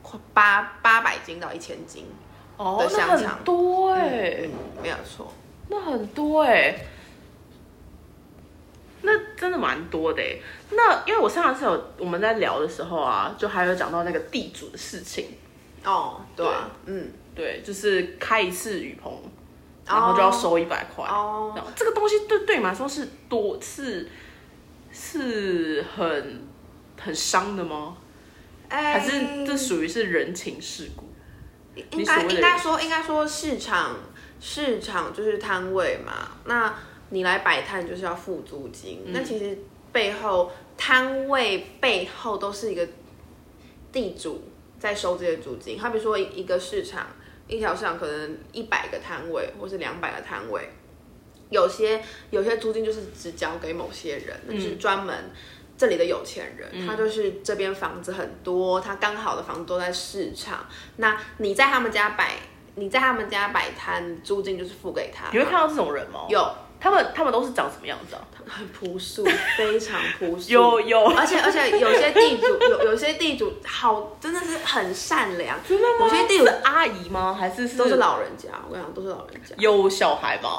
[SPEAKER 2] 快八八百斤到一千斤，
[SPEAKER 1] 哦
[SPEAKER 2] 的，
[SPEAKER 1] 那
[SPEAKER 2] 香肠
[SPEAKER 1] 很多哎、
[SPEAKER 2] 嗯，没有错。
[SPEAKER 1] 那很多哎、那真的蛮多的哎、那因为我上一次有我们在聊的时候啊，就还有讲到那个地主的事情，
[SPEAKER 2] 哦，对啊，嗯，
[SPEAKER 1] 对，就是开一次雨棚，然后就要收一百块。
[SPEAKER 2] 哦
[SPEAKER 1] 然后这个东西对对你们来说是多是是很很伤的吗？
[SPEAKER 2] 哎
[SPEAKER 1] 还是这属于是人情世故？
[SPEAKER 2] 应
[SPEAKER 1] 所
[SPEAKER 2] 该
[SPEAKER 1] 谓的
[SPEAKER 2] 应该说应该说市场市场就是摊位嘛，那你来摆摊就是要付租金，
[SPEAKER 1] 嗯
[SPEAKER 2] 那其实背后摊位背后都是一个地主在收这些租金，好比说一一个市场，一条市场可能一百个摊位或是两百个摊位，有些有些租金就是只交给某些人，就是专门这里的有钱人，他就是这边房子很多，他刚好的房子都在市场。那你在他们家摆，你在他们家摆摊，租金就是付给他。
[SPEAKER 1] 你会看到这种人吗？
[SPEAKER 2] 啊有
[SPEAKER 1] 他们他们都是长什么样子啊？
[SPEAKER 2] 很朴素，非常朴素。
[SPEAKER 1] 有有
[SPEAKER 2] 而且而且有些地主有有些地主好，真的是很善良。
[SPEAKER 1] 真的吗？
[SPEAKER 2] 有些地主
[SPEAKER 1] 是阿姨吗？还是
[SPEAKER 2] 都是老人家，我跟你讲，都是老人家。
[SPEAKER 1] 有小孩吗？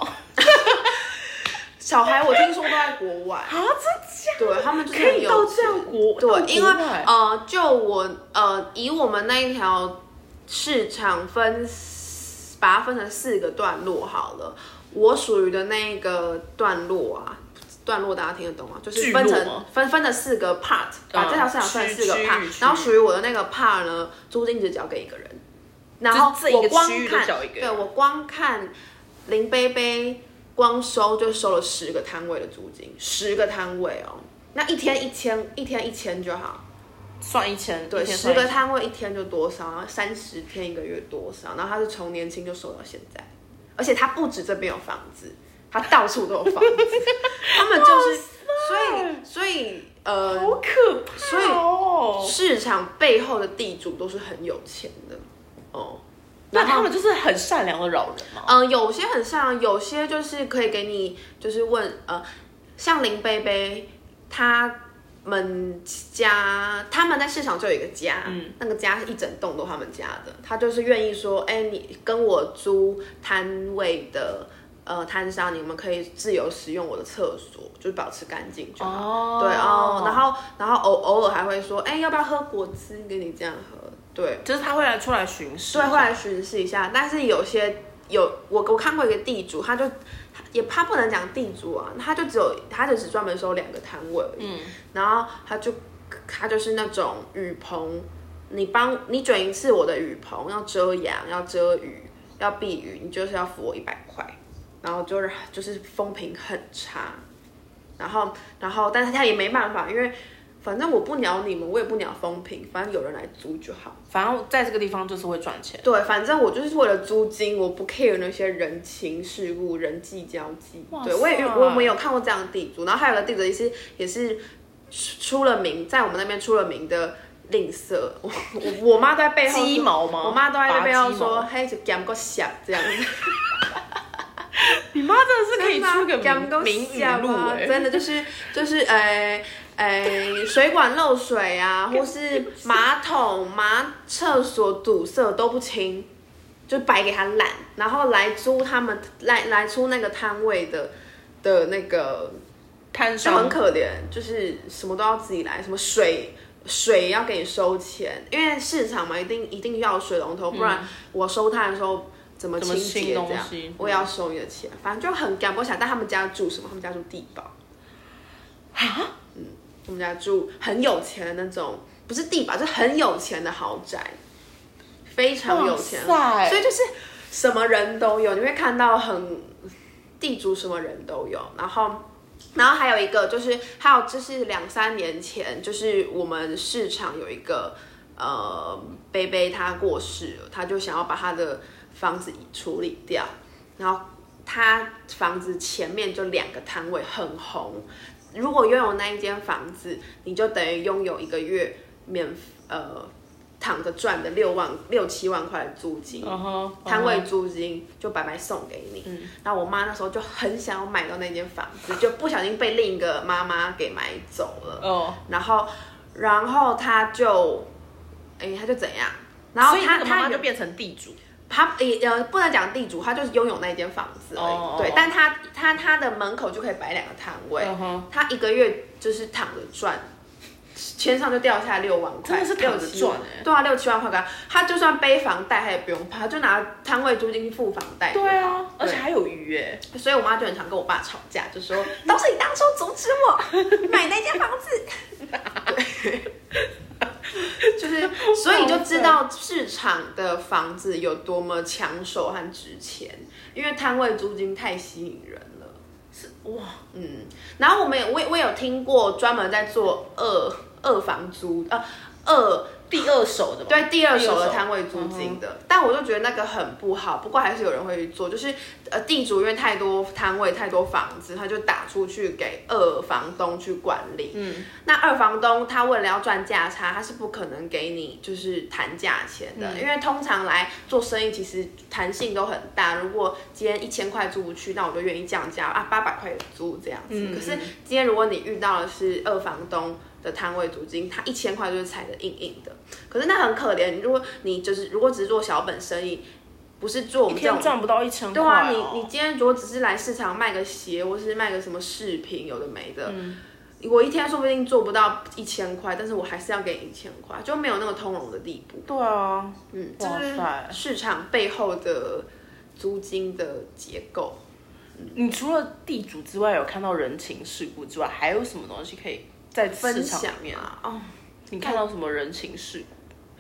[SPEAKER 2] 小孩我听说都在国外，
[SPEAKER 1] 啊，真假？
[SPEAKER 2] 对他们就是
[SPEAKER 1] 可以
[SPEAKER 2] 有
[SPEAKER 1] 到
[SPEAKER 2] 钱
[SPEAKER 1] 这样国到
[SPEAKER 2] 对，
[SPEAKER 1] 国
[SPEAKER 2] 因为
[SPEAKER 1] 外
[SPEAKER 2] 呃，就我呃，以我们那一条市场分，把它分成四个段落好了。我属于的那一个段落啊，段落大家听得懂吗？就是
[SPEAKER 1] 聚
[SPEAKER 2] 分
[SPEAKER 1] 落
[SPEAKER 2] 成
[SPEAKER 1] 吗啊
[SPEAKER 2] 分分的四个 part，把这条市场分成四个
[SPEAKER 1] 区
[SPEAKER 2] part，、
[SPEAKER 1] 区域
[SPEAKER 2] 然后属于我的那个 part 呢，租金只交给一个人。然后
[SPEAKER 1] 就是这一
[SPEAKER 2] 我
[SPEAKER 1] 个
[SPEAKER 2] 光
[SPEAKER 1] 区域就
[SPEAKER 2] 看，
[SPEAKER 1] 交一个
[SPEAKER 2] 对
[SPEAKER 1] 人
[SPEAKER 2] 我光看林杯杯光收就收了十个摊位的租金，十个摊位哦，那一天一千，一天一千就好。
[SPEAKER 1] 算一千，
[SPEAKER 2] 对，
[SPEAKER 1] 一天
[SPEAKER 2] 十
[SPEAKER 1] 算一
[SPEAKER 2] 个
[SPEAKER 1] 千
[SPEAKER 2] 摊位一天就多少，然后三十天一个月多少，然后他是从年轻就收到现在，而且他不止这边有房子，他到处都有 房子，他们就是，所以所以呃，
[SPEAKER 1] 好可怕哦！
[SPEAKER 2] 市场背后的地主都是很有钱的哦，
[SPEAKER 1] 那
[SPEAKER 2] 然后
[SPEAKER 1] 他们就是很善良的老人嘛？
[SPEAKER 2] 嗯、有些很像，有些就是可以给你，就是问呃，像林贝贝他们家，他们在市场就有一个家，那个家是一整栋都他们家的，他就是愿意说，哎、你跟我租摊位的。呃，摊商，你们可以自由使用我的厕所，就是保持干净就好。
[SPEAKER 1] 哦
[SPEAKER 2] 对哦，然后然后偶偶尔还会说，哎、要不要喝果汁给你这样喝？对，
[SPEAKER 1] 就是他会来出来巡视，
[SPEAKER 2] 对，会来巡视一下。但是有些有我我看过一个地主，他就他也他不能讲地主啊，他就只有他就只专门收两个摊位而已。
[SPEAKER 1] 嗯
[SPEAKER 2] 然后他就他就是那种雨棚，你帮你卷一次我的雨棚，要遮阳，要遮雨，要避雨，你就是要付我一百块。然后就是就是风评很差，然后然后但是他也没办法，因为反正我不鸟你们，我也不鸟风评，反正有人来租就好。
[SPEAKER 1] 反正在这个地方就是会赚钱。
[SPEAKER 2] 对，反正我就是为了租金，我不 care 那些人情世故、人际交际。
[SPEAKER 1] 哇
[SPEAKER 2] 对，我也遇
[SPEAKER 1] 塞
[SPEAKER 2] 我我们有看过这样的地主，然后还有个地主也是也是出出了名，在我们那边出了名的吝啬。我我我妈都在背后
[SPEAKER 1] 鸡
[SPEAKER 2] 说
[SPEAKER 1] 毛吗
[SPEAKER 2] 我妈都在那
[SPEAKER 1] 拔
[SPEAKER 2] 背后
[SPEAKER 1] 鸡毛
[SPEAKER 2] 说，嘿，就讲个想这样子。
[SPEAKER 1] 你妈真的是可以出
[SPEAKER 2] 真的
[SPEAKER 1] 个
[SPEAKER 2] 吗
[SPEAKER 1] 名名语
[SPEAKER 2] 讲
[SPEAKER 1] 录
[SPEAKER 2] 够笑啊
[SPEAKER 1] 哎，
[SPEAKER 2] 真的就是 就是呃呃水管漏 水啊，或是马桶、马厕所堵塞都不清，就摆给他烂，然后来租他们来来出那个摊位的的那个
[SPEAKER 1] 摊
[SPEAKER 2] 就很
[SPEAKER 1] 商
[SPEAKER 2] 可怜，就是什么都要自己来，什么水水要给你收钱，因为市场嘛，一定一定要有水龙头，不
[SPEAKER 1] 嗯
[SPEAKER 2] 然我收摊的时候怎么
[SPEAKER 1] 怎
[SPEAKER 2] 清
[SPEAKER 1] 么
[SPEAKER 2] 洁
[SPEAKER 1] 清东
[SPEAKER 2] 这样
[SPEAKER 1] 西，
[SPEAKER 2] 我也要收你的钱，反正就很赶不起来。但他们家住什么？他们家住地堡，
[SPEAKER 1] 啊，
[SPEAKER 2] 他们家住很有钱的那种，不是地堡，是很有钱的豪宅，非常有钱，
[SPEAKER 1] 哇塞
[SPEAKER 2] 所以就是什么人都有，你会看到很地主什么人都有，然后。然后还有一个就是，还有就是两三年前，就是我们市场有一个呃，贝贝他过世了，他就想要把他的房子处理掉，然后他房子前面就两个摊位很红，如果拥有那一间房子，你就等于拥有一个月免呃躺着赚的六万六七万块的租金。
[SPEAKER 1] 嗯哼，
[SPEAKER 2] 哦摊位租金就白白送给你。
[SPEAKER 1] 嗯
[SPEAKER 2] 然后我妈那时候就很想要买到那间房子，就不小心被另一个妈妈给买走了。
[SPEAKER 1] 哦，
[SPEAKER 2] 然后，然后她就，哎、她就怎样？然后
[SPEAKER 1] 所以那
[SPEAKER 2] 她
[SPEAKER 1] 个
[SPEAKER 2] 她
[SPEAKER 1] 妈妈
[SPEAKER 2] 有
[SPEAKER 1] 就变成地主，
[SPEAKER 2] 他也呃不能讲地主，他就是拥有那间房子而已。
[SPEAKER 1] 哦哦
[SPEAKER 2] 对
[SPEAKER 1] 哦，
[SPEAKER 2] 但他他他的门口就可以摆两个摊位，
[SPEAKER 1] 嗯哼
[SPEAKER 2] 他一个月就是躺着赚，天上就掉下来六万块，
[SPEAKER 1] 真的是躺着
[SPEAKER 2] 六七万
[SPEAKER 1] 赚欸
[SPEAKER 2] 对啊，六七万块给他，他就算背房贷他也不用怕，他就拿摊位租金付房贷。
[SPEAKER 1] 对啊，而
[SPEAKER 2] 对
[SPEAKER 1] 且还有鱼哎，
[SPEAKER 2] 所以我妈就很常跟我爸吵架，就说都是你当初阻止我买那间房子。对，就是所以就知道市场的房子有多么抢手和值钱，因为摊位租金太吸引人了。嗯
[SPEAKER 1] 哇，
[SPEAKER 2] 然后我们也我也我也有听过专门在做二二房租呃二
[SPEAKER 1] 第二手的吧？嗯
[SPEAKER 2] 对第二手
[SPEAKER 1] 第二
[SPEAKER 2] 的
[SPEAKER 1] 手
[SPEAKER 2] 摊位租金的，但我就觉得那个很不好。不过还是有人会去做，就是呃地主因为太多摊位、太多房子，他就打出去给二房东去管理。嗯，那二房东他为了要赚价差，他是不可能给你就是谈价钱
[SPEAKER 1] 嗯
[SPEAKER 2] 的，因为通常来做生意其实弹性都很大。如果今天一千块租不去，那我就愿意降价啊，八百块租这样子。
[SPEAKER 1] 嗯
[SPEAKER 2] 可是今天如果你遇到的是二房东。的摊位租金，他一千块就是踩的硬硬的，可是那很可怜。如果你就是如果只是做小本生意，不是做我
[SPEAKER 1] 一
[SPEAKER 2] 们这
[SPEAKER 1] 天
[SPEAKER 2] 种
[SPEAKER 1] 赚不到一千块、
[SPEAKER 2] 对
[SPEAKER 1] 哦。
[SPEAKER 2] 啊，你你今天如果只是来市场卖个鞋，或是卖个什么饰品，有的没的，我一天说不定做不到一千块，但是我还是要给你一千块，就没有那个通融的地步。
[SPEAKER 1] 对啊，
[SPEAKER 2] 嗯，这
[SPEAKER 1] 哇
[SPEAKER 2] 就是
[SPEAKER 1] 塞
[SPEAKER 2] 市场背后的租金的结构。
[SPEAKER 1] 你除了地主之外，有看到人情世故之外，还有什么东西可以在市
[SPEAKER 2] 分
[SPEAKER 1] 场
[SPEAKER 2] 享
[SPEAKER 1] 里面？
[SPEAKER 2] 啊，哦，
[SPEAKER 1] 你看到什么人情世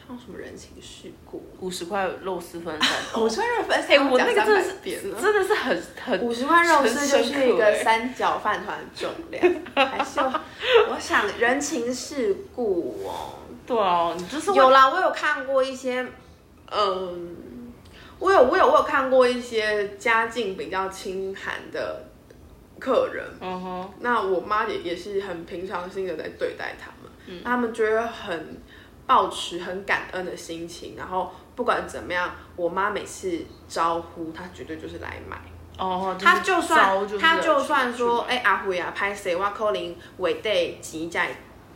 [SPEAKER 2] 还有什么人情世故？
[SPEAKER 1] 故？五十块肉丝分 三
[SPEAKER 2] 我突然分
[SPEAKER 1] 哎、我那个
[SPEAKER 2] 讲
[SPEAKER 1] 真的
[SPEAKER 2] 300遍
[SPEAKER 1] 是
[SPEAKER 2] 了
[SPEAKER 1] 真的是很很
[SPEAKER 2] 五十万肉丝就是一
[SPEAKER 1] 很深
[SPEAKER 2] 个
[SPEAKER 1] 刻欸
[SPEAKER 2] 三角饭团重量，还是我我想人情世故哦。
[SPEAKER 1] 对哦、你 就是会
[SPEAKER 2] 有啦，我有看过一些，嗯，我有我有我有看过一些家境比较清寒的客人，
[SPEAKER 1] 嗯哼，
[SPEAKER 2] 那我妈也也是很平常心的在对待他们，
[SPEAKER 1] 嗯
[SPEAKER 2] 他们就会很抱持很感恩的心情，然后不管怎么样，我妈每次招呼她绝对就是来买。
[SPEAKER 1] 哦，是
[SPEAKER 2] 他就
[SPEAKER 1] 招
[SPEAKER 2] 算
[SPEAKER 1] 是
[SPEAKER 2] 他就
[SPEAKER 1] 去
[SPEAKER 2] 算说，
[SPEAKER 1] 去
[SPEAKER 2] 哎、阿辉啊，拍谁？我可能尾底钱再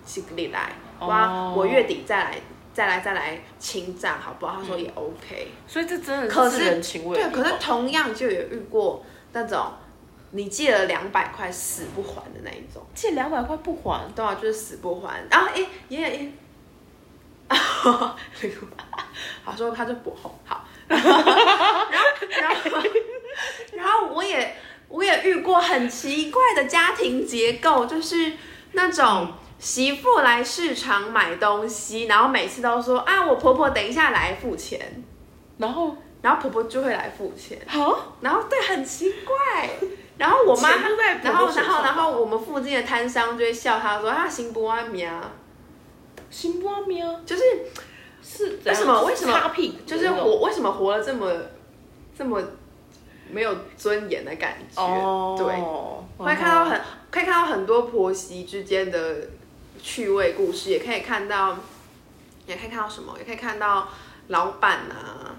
[SPEAKER 2] 是你来，我、
[SPEAKER 1] 哦
[SPEAKER 2] 我月底再来再来再来清账，好不好？他说也 OK。
[SPEAKER 1] 所以这真的
[SPEAKER 2] 可
[SPEAKER 1] 嗯是人情味
[SPEAKER 2] 对
[SPEAKER 1] 的，地
[SPEAKER 2] 可
[SPEAKER 1] 方。
[SPEAKER 2] 是同样就有遇过那种你借了两百块死不还的那一种，
[SPEAKER 1] 借两百块不还，
[SPEAKER 2] 对啊，就是死不还。然后哎，也也 也，好说他就不红好，然后然后。然后我也我也遇过很奇怪的家庭结构，就是那种媳妇来市场买东西，然后每次都说啊，我婆婆等一下来付钱，
[SPEAKER 1] 然后
[SPEAKER 2] 然后婆婆就会来付钱，
[SPEAKER 1] 好，
[SPEAKER 2] 然后对，很奇怪。然后我妈
[SPEAKER 1] 钱都在，
[SPEAKER 2] 然
[SPEAKER 1] 婆
[SPEAKER 2] 后
[SPEAKER 1] 婆手
[SPEAKER 2] 然
[SPEAKER 1] 上
[SPEAKER 2] 后然后我们附近的摊商就会笑她说啊，行不啊米啊，
[SPEAKER 1] 行不啊喵，
[SPEAKER 2] 就是
[SPEAKER 1] 是
[SPEAKER 2] 为什么为什么
[SPEAKER 1] 擦屁股的
[SPEAKER 2] 就是
[SPEAKER 1] 那种
[SPEAKER 2] 我为什么活了这么这么没有尊严的感觉，
[SPEAKER 1] 哦，
[SPEAKER 2] 对。
[SPEAKER 1] 对
[SPEAKER 2] 会看到很可以看到很多婆媳之间的趣味故事，也可以看到，也可以看到什么，也可以看到老板啊，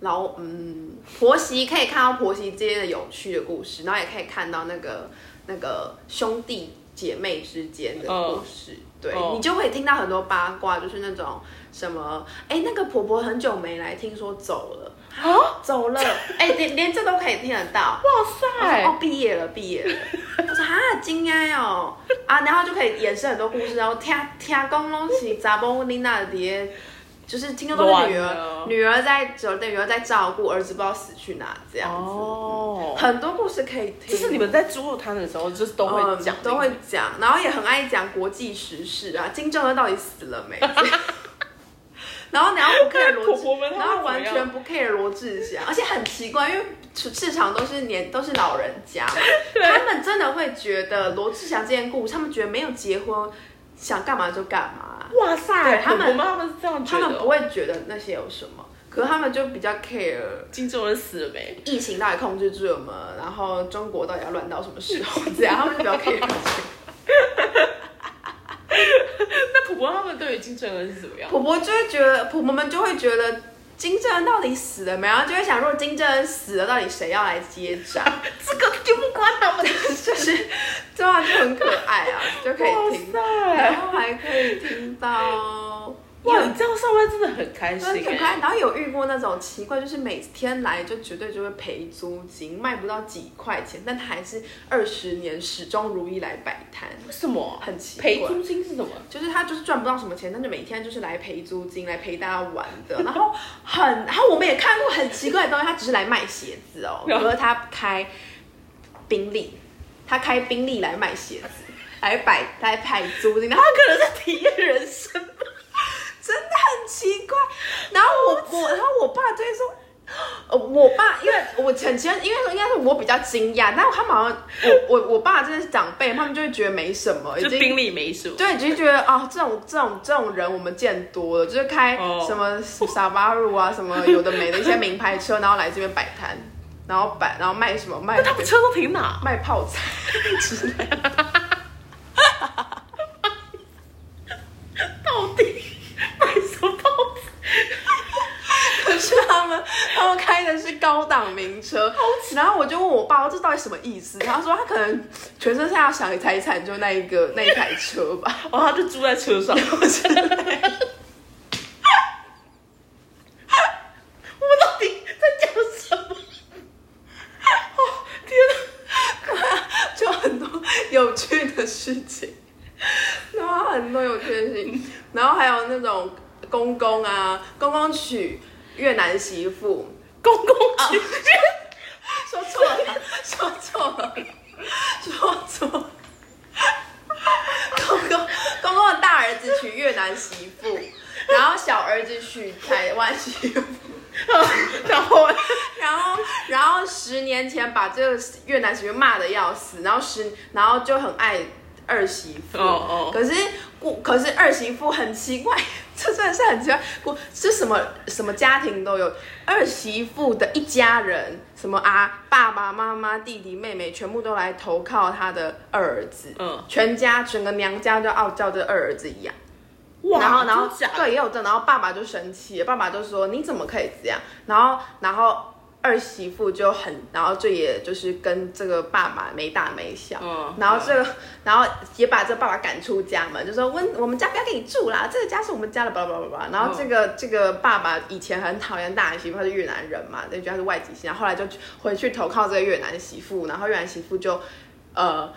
[SPEAKER 2] 老嗯婆媳可以看到婆媳之间的有趣的故事，然后也可以看到那个那个兄弟姐妹之间的故事。对
[SPEAKER 1] 哦
[SPEAKER 2] 你就会听到很多八卦，就是那种什么，哎、那个婆婆很久没来，听说走了，
[SPEAKER 1] 啊，
[SPEAKER 2] 走了，哎、连连这都可以听得到。
[SPEAKER 1] 哇
[SPEAKER 2] 我说
[SPEAKER 1] 塞
[SPEAKER 2] 哦，，毕业了，毕业了。 我说啊，惊讶哦啊，然后就可以衍生很多故事，然后听听讲拢是查某囡仔的，就是听说都是女
[SPEAKER 1] 乱了
[SPEAKER 2] 儿，女儿在就女儿在照顾，儿子不知道死去哪这样子，
[SPEAKER 1] 哦，
[SPEAKER 2] 很多故事可以听。
[SPEAKER 1] 就是你们在猪肉摊的时候，就是都会讲、
[SPEAKER 2] 嗯，都会讲，然后也很爱讲国际时事啊，金正恩到底死了没？ 然后，然后不 care 罗
[SPEAKER 1] 婆
[SPEAKER 2] 志
[SPEAKER 1] 婆们，他们
[SPEAKER 2] 然后完
[SPEAKER 1] 怎么
[SPEAKER 2] 全不 care 罗志祥，而且很奇怪，因为市场都是年都是老人家嘛，他们真的会觉得罗志祥这件故事，他们觉得没有结婚，想干嘛就干嘛，
[SPEAKER 1] 哇塞，
[SPEAKER 2] 对他们
[SPEAKER 1] 我妈妈是这样觉
[SPEAKER 2] 他
[SPEAKER 1] 得
[SPEAKER 2] 们不
[SPEAKER 1] 哦。
[SPEAKER 2] 会觉得那些有什么，可是他们就比较 care
[SPEAKER 1] 金正恩死了没？
[SPEAKER 2] 疫情到底控制住了吗？然后中国到底要乱到什么时候？这样他们就比较 care 这些。
[SPEAKER 1] 那婆婆他们对于金正恩是怎么样？
[SPEAKER 2] 婆婆就会觉得，婆婆们就会觉得金正恩到底死了没？然后就会想，如果金正恩死了，到底谁要来接掌？
[SPEAKER 1] 这个就不关他们的
[SPEAKER 2] 就是，对啊，就很可爱啊，就可以听，
[SPEAKER 1] 哇塞
[SPEAKER 2] 然后还可以听到。
[SPEAKER 1] 哇，你这样上班真的很开心、
[SPEAKER 2] 真的
[SPEAKER 1] 欸，
[SPEAKER 2] 很可爱，然后有遇过那种奇怪，就是每天来就绝对就会赔租金，卖不到几块钱，但他还是二十年始终如一来摆摊，
[SPEAKER 1] 为什么？
[SPEAKER 2] 很奇怪。
[SPEAKER 1] 赔租金是什么？
[SPEAKER 2] 就是他就是赚不到什么钱，但是每天就是来赔租金，来陪大家玩的。 然后很，然后我们也看过很奇怪的东西，他只是来卖鞋子哦，
[SPEAKER 1] 然后
[SPEAKER 2] 可是他开宾利，他开宾利来卖鞋子，来摆来摆租金，然后
[SPEAKER 1] 他可能是体验人 生吧。
[SPEAKER 2] 真的很奇怪。然后我我，然后我爸就会说。 呃，我爸，因为我很前，因为应该是我比较惊讶，但他们好像我我我爸真的是长辈，他们就会觉得没什么，已
[SPEAKER 1] 就
[SPEAKER 2] 经
[SPEAKER 1] 兵力没数。
[SPEAKER 2] 对，只是觉得啊、这种这种这种人我们见多了，就是开
[SPEAKER 1] 哦
[SPEAKER 2] 什么沙巴路啊，什么有的没的一些名牌车，然后来这边摆摊，然后摆然后卖什么卖
[SPEAKER 1] 那他们车都停 哪？
[SPEAKER 2] 卖泡菜 之类的，
[SPEAKER 1] 到底买什么包子？
[SPEAKER 2] 可是他们他们开的是高档名车，然后我就问我爸这到底什么意思，他说他可能全身上下想财产就那一个那一台车吧。
[SPEAKER 1] 哦，他就住在车上。 我 们到底在讲什么？哦，天哪！
[SPEAKER 2] 就很多有趣的事情，然后很多有趣的事情，然后还有那种公公啊，公公娶越南媳妇，
[SPEAKER 1] 公公去
[SPEAKER 2] 说错了，说错了，说错了，公公公公的大儿子娶越南媳妇，然后小儿子娶台湾媳妇。
[SPEAKER 1] 哦 然后
[SPEAKER 2] 然后，然后十年前把这个越南媳妇骂的要死，然后十，然后就很爱二媳妇。
[SPEAKER 1] 哦哦
[SPEAKER 2] 可是我，可是二媳妇很奇怪， 这真的是很奇怪。我是什么什么家庭都有，二媳妇的一家人，什么啊，爸爸妈妈、弟弟妹妹，全部都来投靠她的二儿子。
[SPEAKER 1] 嗯
[SPEAKER 2] 全家整个娘家都傲叫这二儿子一样。
[SPEAKER 1] 哇，
[SPEAKER 2] 然后然后
[SPEAKER 1] 真假的
[SPEAKER 2] 对也有这，然后爸爸就生气了，爸爸就说你怎么可以这样？然后然后二媳妇就很，然后就也就是跟这个爸爸没大没小，
[SPEAKER 1] 嗯
[SPEAKER 2] 然后这个然后也把这爸爸赶出家门，就说温我们家不要跟你住啦，这个家是我们家的，巴拉巴拉巴拉。然
[SPEAKER 1] 嗯
[SPEAKER 2] 后这个、这个爸爸以前很讨厌大媳妇，他是越南人嘛，就觉得他是外籍媳，然后后来就回去投靠这个越南媳妇，然后越南媳妇就呃。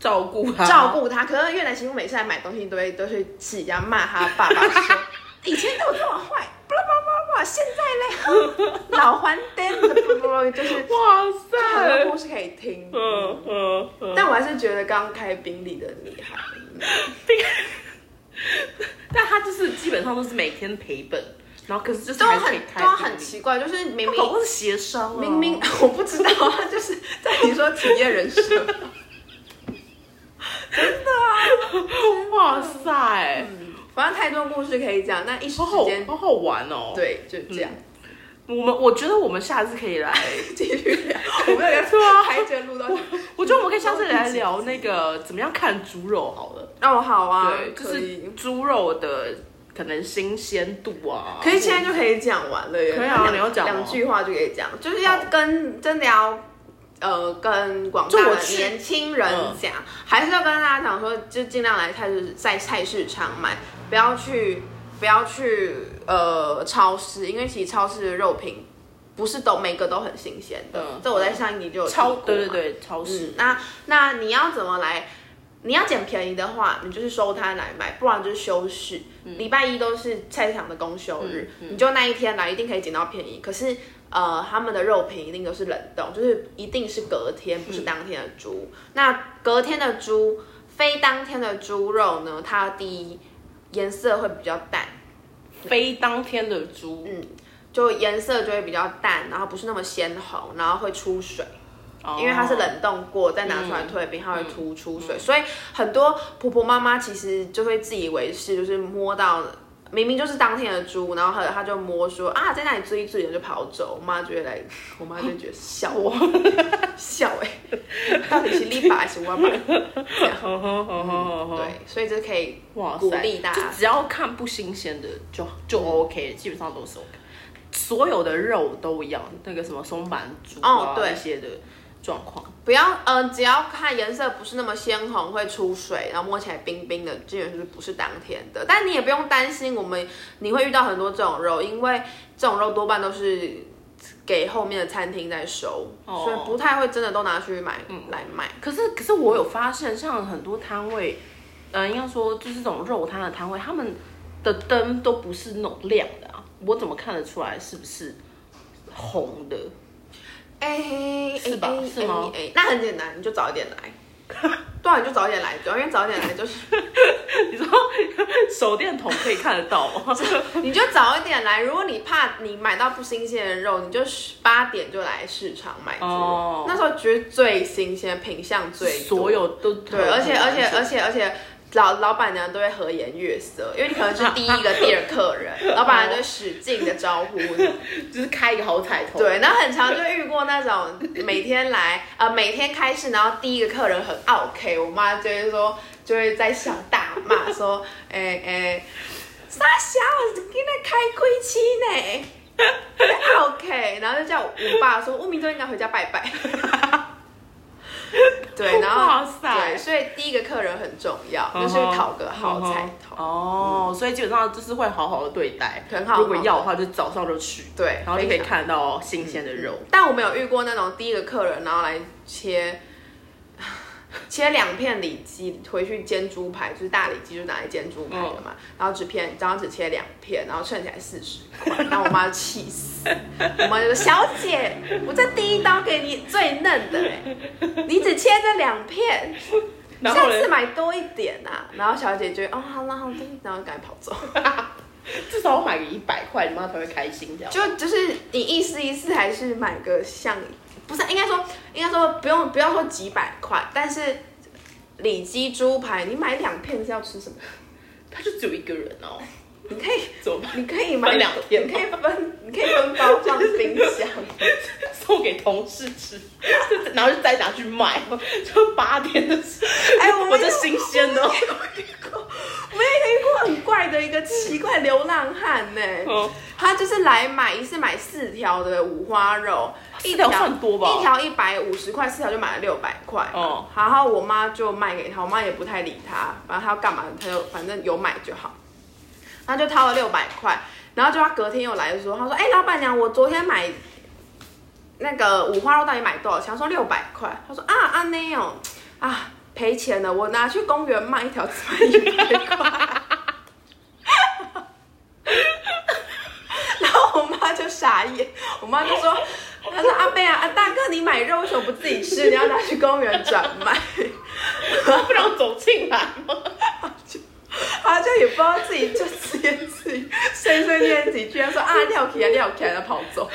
[SPEAKER 1] 照顾他，
[SPEAKER 2] 照顾他。可是越南媳妇每次来买东西都会都会气人家骂他爸爸 说，以前对我这么坏，巴拉巴拉巴拉巴拉，现在 嘞，老还灯，不不不，就是
[SPEAKER 1] 哇
[SPEAKER 2] 很多
[SPEAKER 1] 塞，
[SPEAKER 2] 故事可以听。
[SPEAKER 1] 嗯嗯嗯，
[SPEAKER 2] 但我还是觉得刚开宾利的嗯厉害，
[SPEAKER 1] 但他就是基本上都是每天赔本，然后可是就是
[SPEAKER 2] 都
[SPEAKER 1] 还是可
[SPEAKER 2] 很
[SPEAKER 1] 以开
[SPEAKER 2] 都很
[SPEAKER 1] 宾利
[SPEAKER 2] 奇怪，就是明
[SPEAKER 1] 他搞
[SPEAKER 2] 明
[SPEAKER 1] 不是协商啊，
[SPEAKER 2] 明明我不知道，他就是在你说体验人生，
[SPEAKER 1] 啊 哇塞，
[SPEAKER 2] 反正太多故事可以讲，但一时
[SPEAKER 1] 好好
[SPEAKER 2] 之间
[SPEAKER 1] 好好玩哦。，
[SPEAKER 2] 对就这样。
[SPEAKER 1] 我们我觉得我们下次可 以来，
[SPEAKER 2] 继续聊，我们有个
[SPEAKER 1] 对啊
[SPEAKER 2] 还觉得录到这。
[SPEAKER 1] 我觉得我们可以下次来聊那个怎么样看猪肉好了。
[SPEAKER 2] 哦，好啊，
[SPEAKER 1] 对，就
[SPEAKER 2] 可以
[SPEAKER 1] 是猪肉的可能新鲜度啊。
[SPEAKER 2] 可以现在就可以讲完了耶。
[SPEAKER 1] 可以啊
[SPEAKER 2] 两
[SPEAKER 1] 你要讲吗
[SPEAKER 2] 两句话就可以讲，就是要跟真的要。呃，跟广大
[SPEAKER 1] 就我
[SPEAKER 2] 的
[SPEAKER 1] 去嗯
[SPEAKER 2] 年轻人讲，还是要跟大家讲说，就尽量来菜市在菜市场买，不要去不要去呃超市，因为其实超市的肉品不是都每个都很新鲜的。
[SPEAKER 1] 嗯
[SPEAKER 2] 这我在上一集就有提
[SPEAKER 1] 超
[SPEAKER 2] 过
[SPEAKER 1] 对对
[SPEAKER 2] 嘛
[SPEAKER 1] 对超市
[SPEAKER 2] 嗯，那那你要怎么来？你要捡便宜的话，你就是收摊来买，不然就是休市。礼、拜一都是菜市场的公休日，你就那一天来，一定可以捡到便宜。可是呃，他们的肉品一定都是冷冻，就是一定是隔天，不是当天的猪。那隔天的猪，非当天的猪肉呢，它第一颜色会比较淡，
[SPEAKER 1] 非当天的猪，嗯，
[SPEAKER 2] 就颜色就会比较淡，然后不是那么鲜红，然后会出水。
[SPEAKER 1] 哦
[SPEAKER 2] 因为它是冷冻过，再拿出来退冰，它会突出水，所以很多婆婆妈妈其实就会自以为是，就是摸到明明就是当天的猪，然后她她就摸说啊，在那里追一追，然后就跑走。我妈就会来，我妈就觉得笑 我笑哎、 到底是立把还是我把？这样
[SPEAKER 1] 呵呵呵呵呵，
[SPEAKER 2] 嗯对，所以这可以
[SPEAKER 1] 嗯哇
[SPEAKER 2] 鼓
[SPEAKER 1] 塞
[SPEAKER 2] 励大家嗯
[SPEAKER 1] 就只要看不新鲜的就就 OK，、基本上都是 OK。所有的肉都一样，那个什么松板猪啊、
[SPEAKER 2] 哦对
[SPEAKER 1] 那些的状况，
[SPEAKER 2] 不要，嗯、只要看颜色不是那么鲜红，会出水，然后摸起来冰冰的，基本就是不是当天的。但你也不用担心，我们你会遇到很多这种肉，因为这种肉多半都是给后面的餐厅在收，
[SPEAKER 1] 哦
[SPEAKER 2] 所以不太会真的都拿去买、来卖。
[SPEAKER 1] 可是可是我有发现，像很多摊位，呃，应该说就是这种肉摊的摊位，他们的灯都不是那种亮的啊，我怎么看得出来是不是红的？
[SPEAKER 2] 哎、哎
[SPEAKER 1] 是吧
[SPEAKER 2] 哎
[SPEAKER 1] 是吗
[SPEAKER 2] 哎哎那很简单，你就早一点来。对啊，你就早点来，对啊，因为早点来就是
[SPEAKER 1] 你说手电筒可以看得到 吗？
[SPEAKER 2] 你就早一点来。如果你怕你买到不新鲜的肉，你就八点就来市场买猪肉。
[SPEAKER 1] 哦
[SPEAKER 2] 那时候觉得最新鲜，品相最多
[SPEAKER 1] 所有都
[SPEAKER 2] 对，而且而且而且而且。老老板娘都会和颜悦色，因为你可 能是第一个、第二客人，老板娘就会使劲的招呼你。
[SPEAKER 1] 就是开一个好彩头，
[SPEAKER 2] 对，那很常就遇过那种每天来，呃，每天开市，然后第一个客人很 OK，我妈就会说，就会在想大骂说，哎、哎、傻小子，今天开亏期呢。OK，然后 就叫我我爸说，吴明都应该回家拜 拜。对，然后
[SPEAKER 1] 哇塞
[SPEAKER 2] 对，所以第一个客人很重要，
[SPEAKER 1] 嗯哼
[SPEAKER 2] 就是讨个好彩头。
[SPEAKER 1] 哦，所以基本上就是会好好的对待，
[SPEAKER 2] 很好
[SPEAKER 1] 如果要的话，就早上就去，
[SPEAKER 2] 对，
[SPEAKER 1] 然后就可
[SPEAKER 2] 非
[SPEAKER 1] 以
[SPEAKER 2] 常
[SPEAKER 1] 看到新鲜的肉。
[SPEAKER 2] 但我没有遇过那种第一个客人，然后来切切两片里脊回去煎猪排，就是大里脊就拿来煎猪排的嘛，
[SPEAKER 1] 哦
[SPEAKER 2] 然后只片，然后只切两片，然后称起来四十块，然后我妈气死，我妈就说：“小姐，我这第一刀给你最嫩的嘞，你只切这两片，
[SPEAKER 1] 然
[SPEAKER 2] 下
[SPEAKER 1] 后嘞
[SPEAKER 2] 次买多一点啊。”然后小姐就会哦好啦好啦，然后赶紧跑走。
[SPEAKER 1] 至少我买个一百块，你妈才会开心这样。
[SPEAKER 2] 就就是你意思意思，还是买个像，不是应该说应该说不用不要说几百块，但是里脊猪排你买两片是要吃什么？
[SPEAKER 1] 他就只有一个人哦，
[SPEAKER 2] 你可以
[SPEAKER 1] 怎么办？
[SPEAKER 2] 你可以买
[SPEAKER 1] 分两片
[SPEAKER 2] 你可以分你可以分包放冰箱。
[SPEAKER 1] 送给同事吃， 然后就再拿去卖， 就八点的时候，
[SPEAKER 2] 哎我没有
[SPEAKER 1] 我这新鲜 的哦，
[SPEAKER 2] 我们也遇过很怪的一个奇怪流浪汉呢、
[SPEAKER 1] 嗯
[SPEAKER 2] 他就是来买一次买四条的五花肉，一
[SPEAKER 1] 四条算多吧
[SPEAKER 2] 一条一百五十块，四条就买了六百块。
[SPEAKER 1] 哦
[SPEAKER 2] 哦，然后我妈就卖给他，我妈也不太理他，反正他要干嘛，他就反正有买就好。然后就掏了六百块，然后就他隔天又来的时候，他说：“哎、老板娘，我昨天买那个五花肉到底买多少钱？”我说六百块。他说：“啊，啊那样啊赔钱了，我拿去公园卖一条，只卖一百块。” 然后我妈就傻眼，我妈就说：“她说阿贝啊，啊大哥，你买肉为什么不自己吃？你要拿去公园转卖？”
[SPEAKER 1] 不让走进来吗？
[SPEAKER 2] 她就也不知道自己就自言自语，碎碎念几句，她说：“啊，尿起来，尿起来，然后跑走。”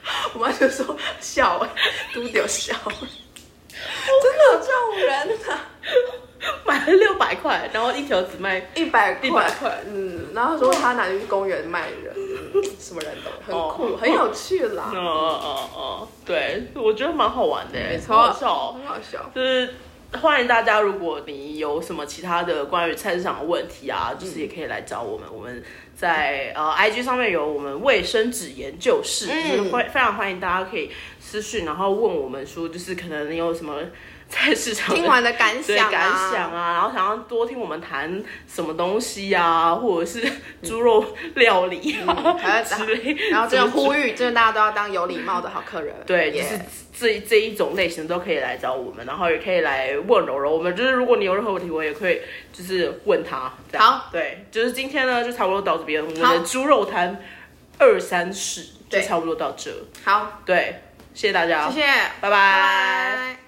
[SPEAKER 2] 我妈就说：“笑哎、欸，都丢笑、欸，真的有这种人啊，
[SPEAKER 1] 买了六百块，然后一条只卖
[SPEAKER 2] 一百
[SPEAKER 1] 一
[SPEAKER 2] 块
[SPEAKER 1] 百。”块，
[SPEAKER 2] 嗯，然后说她拿去公园卖人，嗯 什么人都有很酷，很有趣啦
[SPEAKER 1] 哦， 哦哦，对，我觉得蛮好玩的，
[SPEAKER 2] 没错
[SPEAKER 1] 好好笑哦。
[SPEAKER 2] 很好笑。
[SPEAKER 1] 就是欢迎大家，如果你有什么其他的关于菜市场的问题啊，
[SPEAKER 2] 嗯
[SPEAKER 1] 就是也可以来找我们。我们在呃 IG 上面有我们卫生纸研究室，
[SPEAKER 2] 嗯
[SPEAKER 1] 就是欢非常欢迎大家可以私讯，然后问我们说，就是可能你有什么菜市场的
[SPEAKER 2] 听完的 感
[SPEAKER 1] 对
[SPEAKER 2] 想啊，
[SPEAKER 1] 感想啊，然后想要多听我们谈什么东西啊，或者是猪肉料理啊、
[SPEAKER 2] 嗯还有
[SPEAKER 1] 之类，
[SPEAKER 2] 然后这个
[SPEAKER 1] 呼。
[SPEAKER 2] 呼 吁，就是大家都要当有礼貌的好客人。
[SPEAKER 1] 对，就
[SPEAKER 2] Yeah
[SPEAKER 1] 是这这一种类型都可以来找我们，然后也可以来问柔柔。我们就是如果你有任何问题，我也可以就是问他。这样
[SPEAKER 2] 好，
[SPEAKER 1] 对，就是今天呢就差不多到这边，我们
[SPEAKER 2] 好
[SPEAKER 1] 的猪肉摊二三四就
[SPEAKER 2] 对
[SPEAKER 1] 差不多到这。
[SPEAKER 2] 好，
[SPEAKER 1] 对，谢谢大家，
[SPEAKER 2] 谢谢，
[SPEAKER 1] 拜拜
[SPEAKER 2] 拜拜。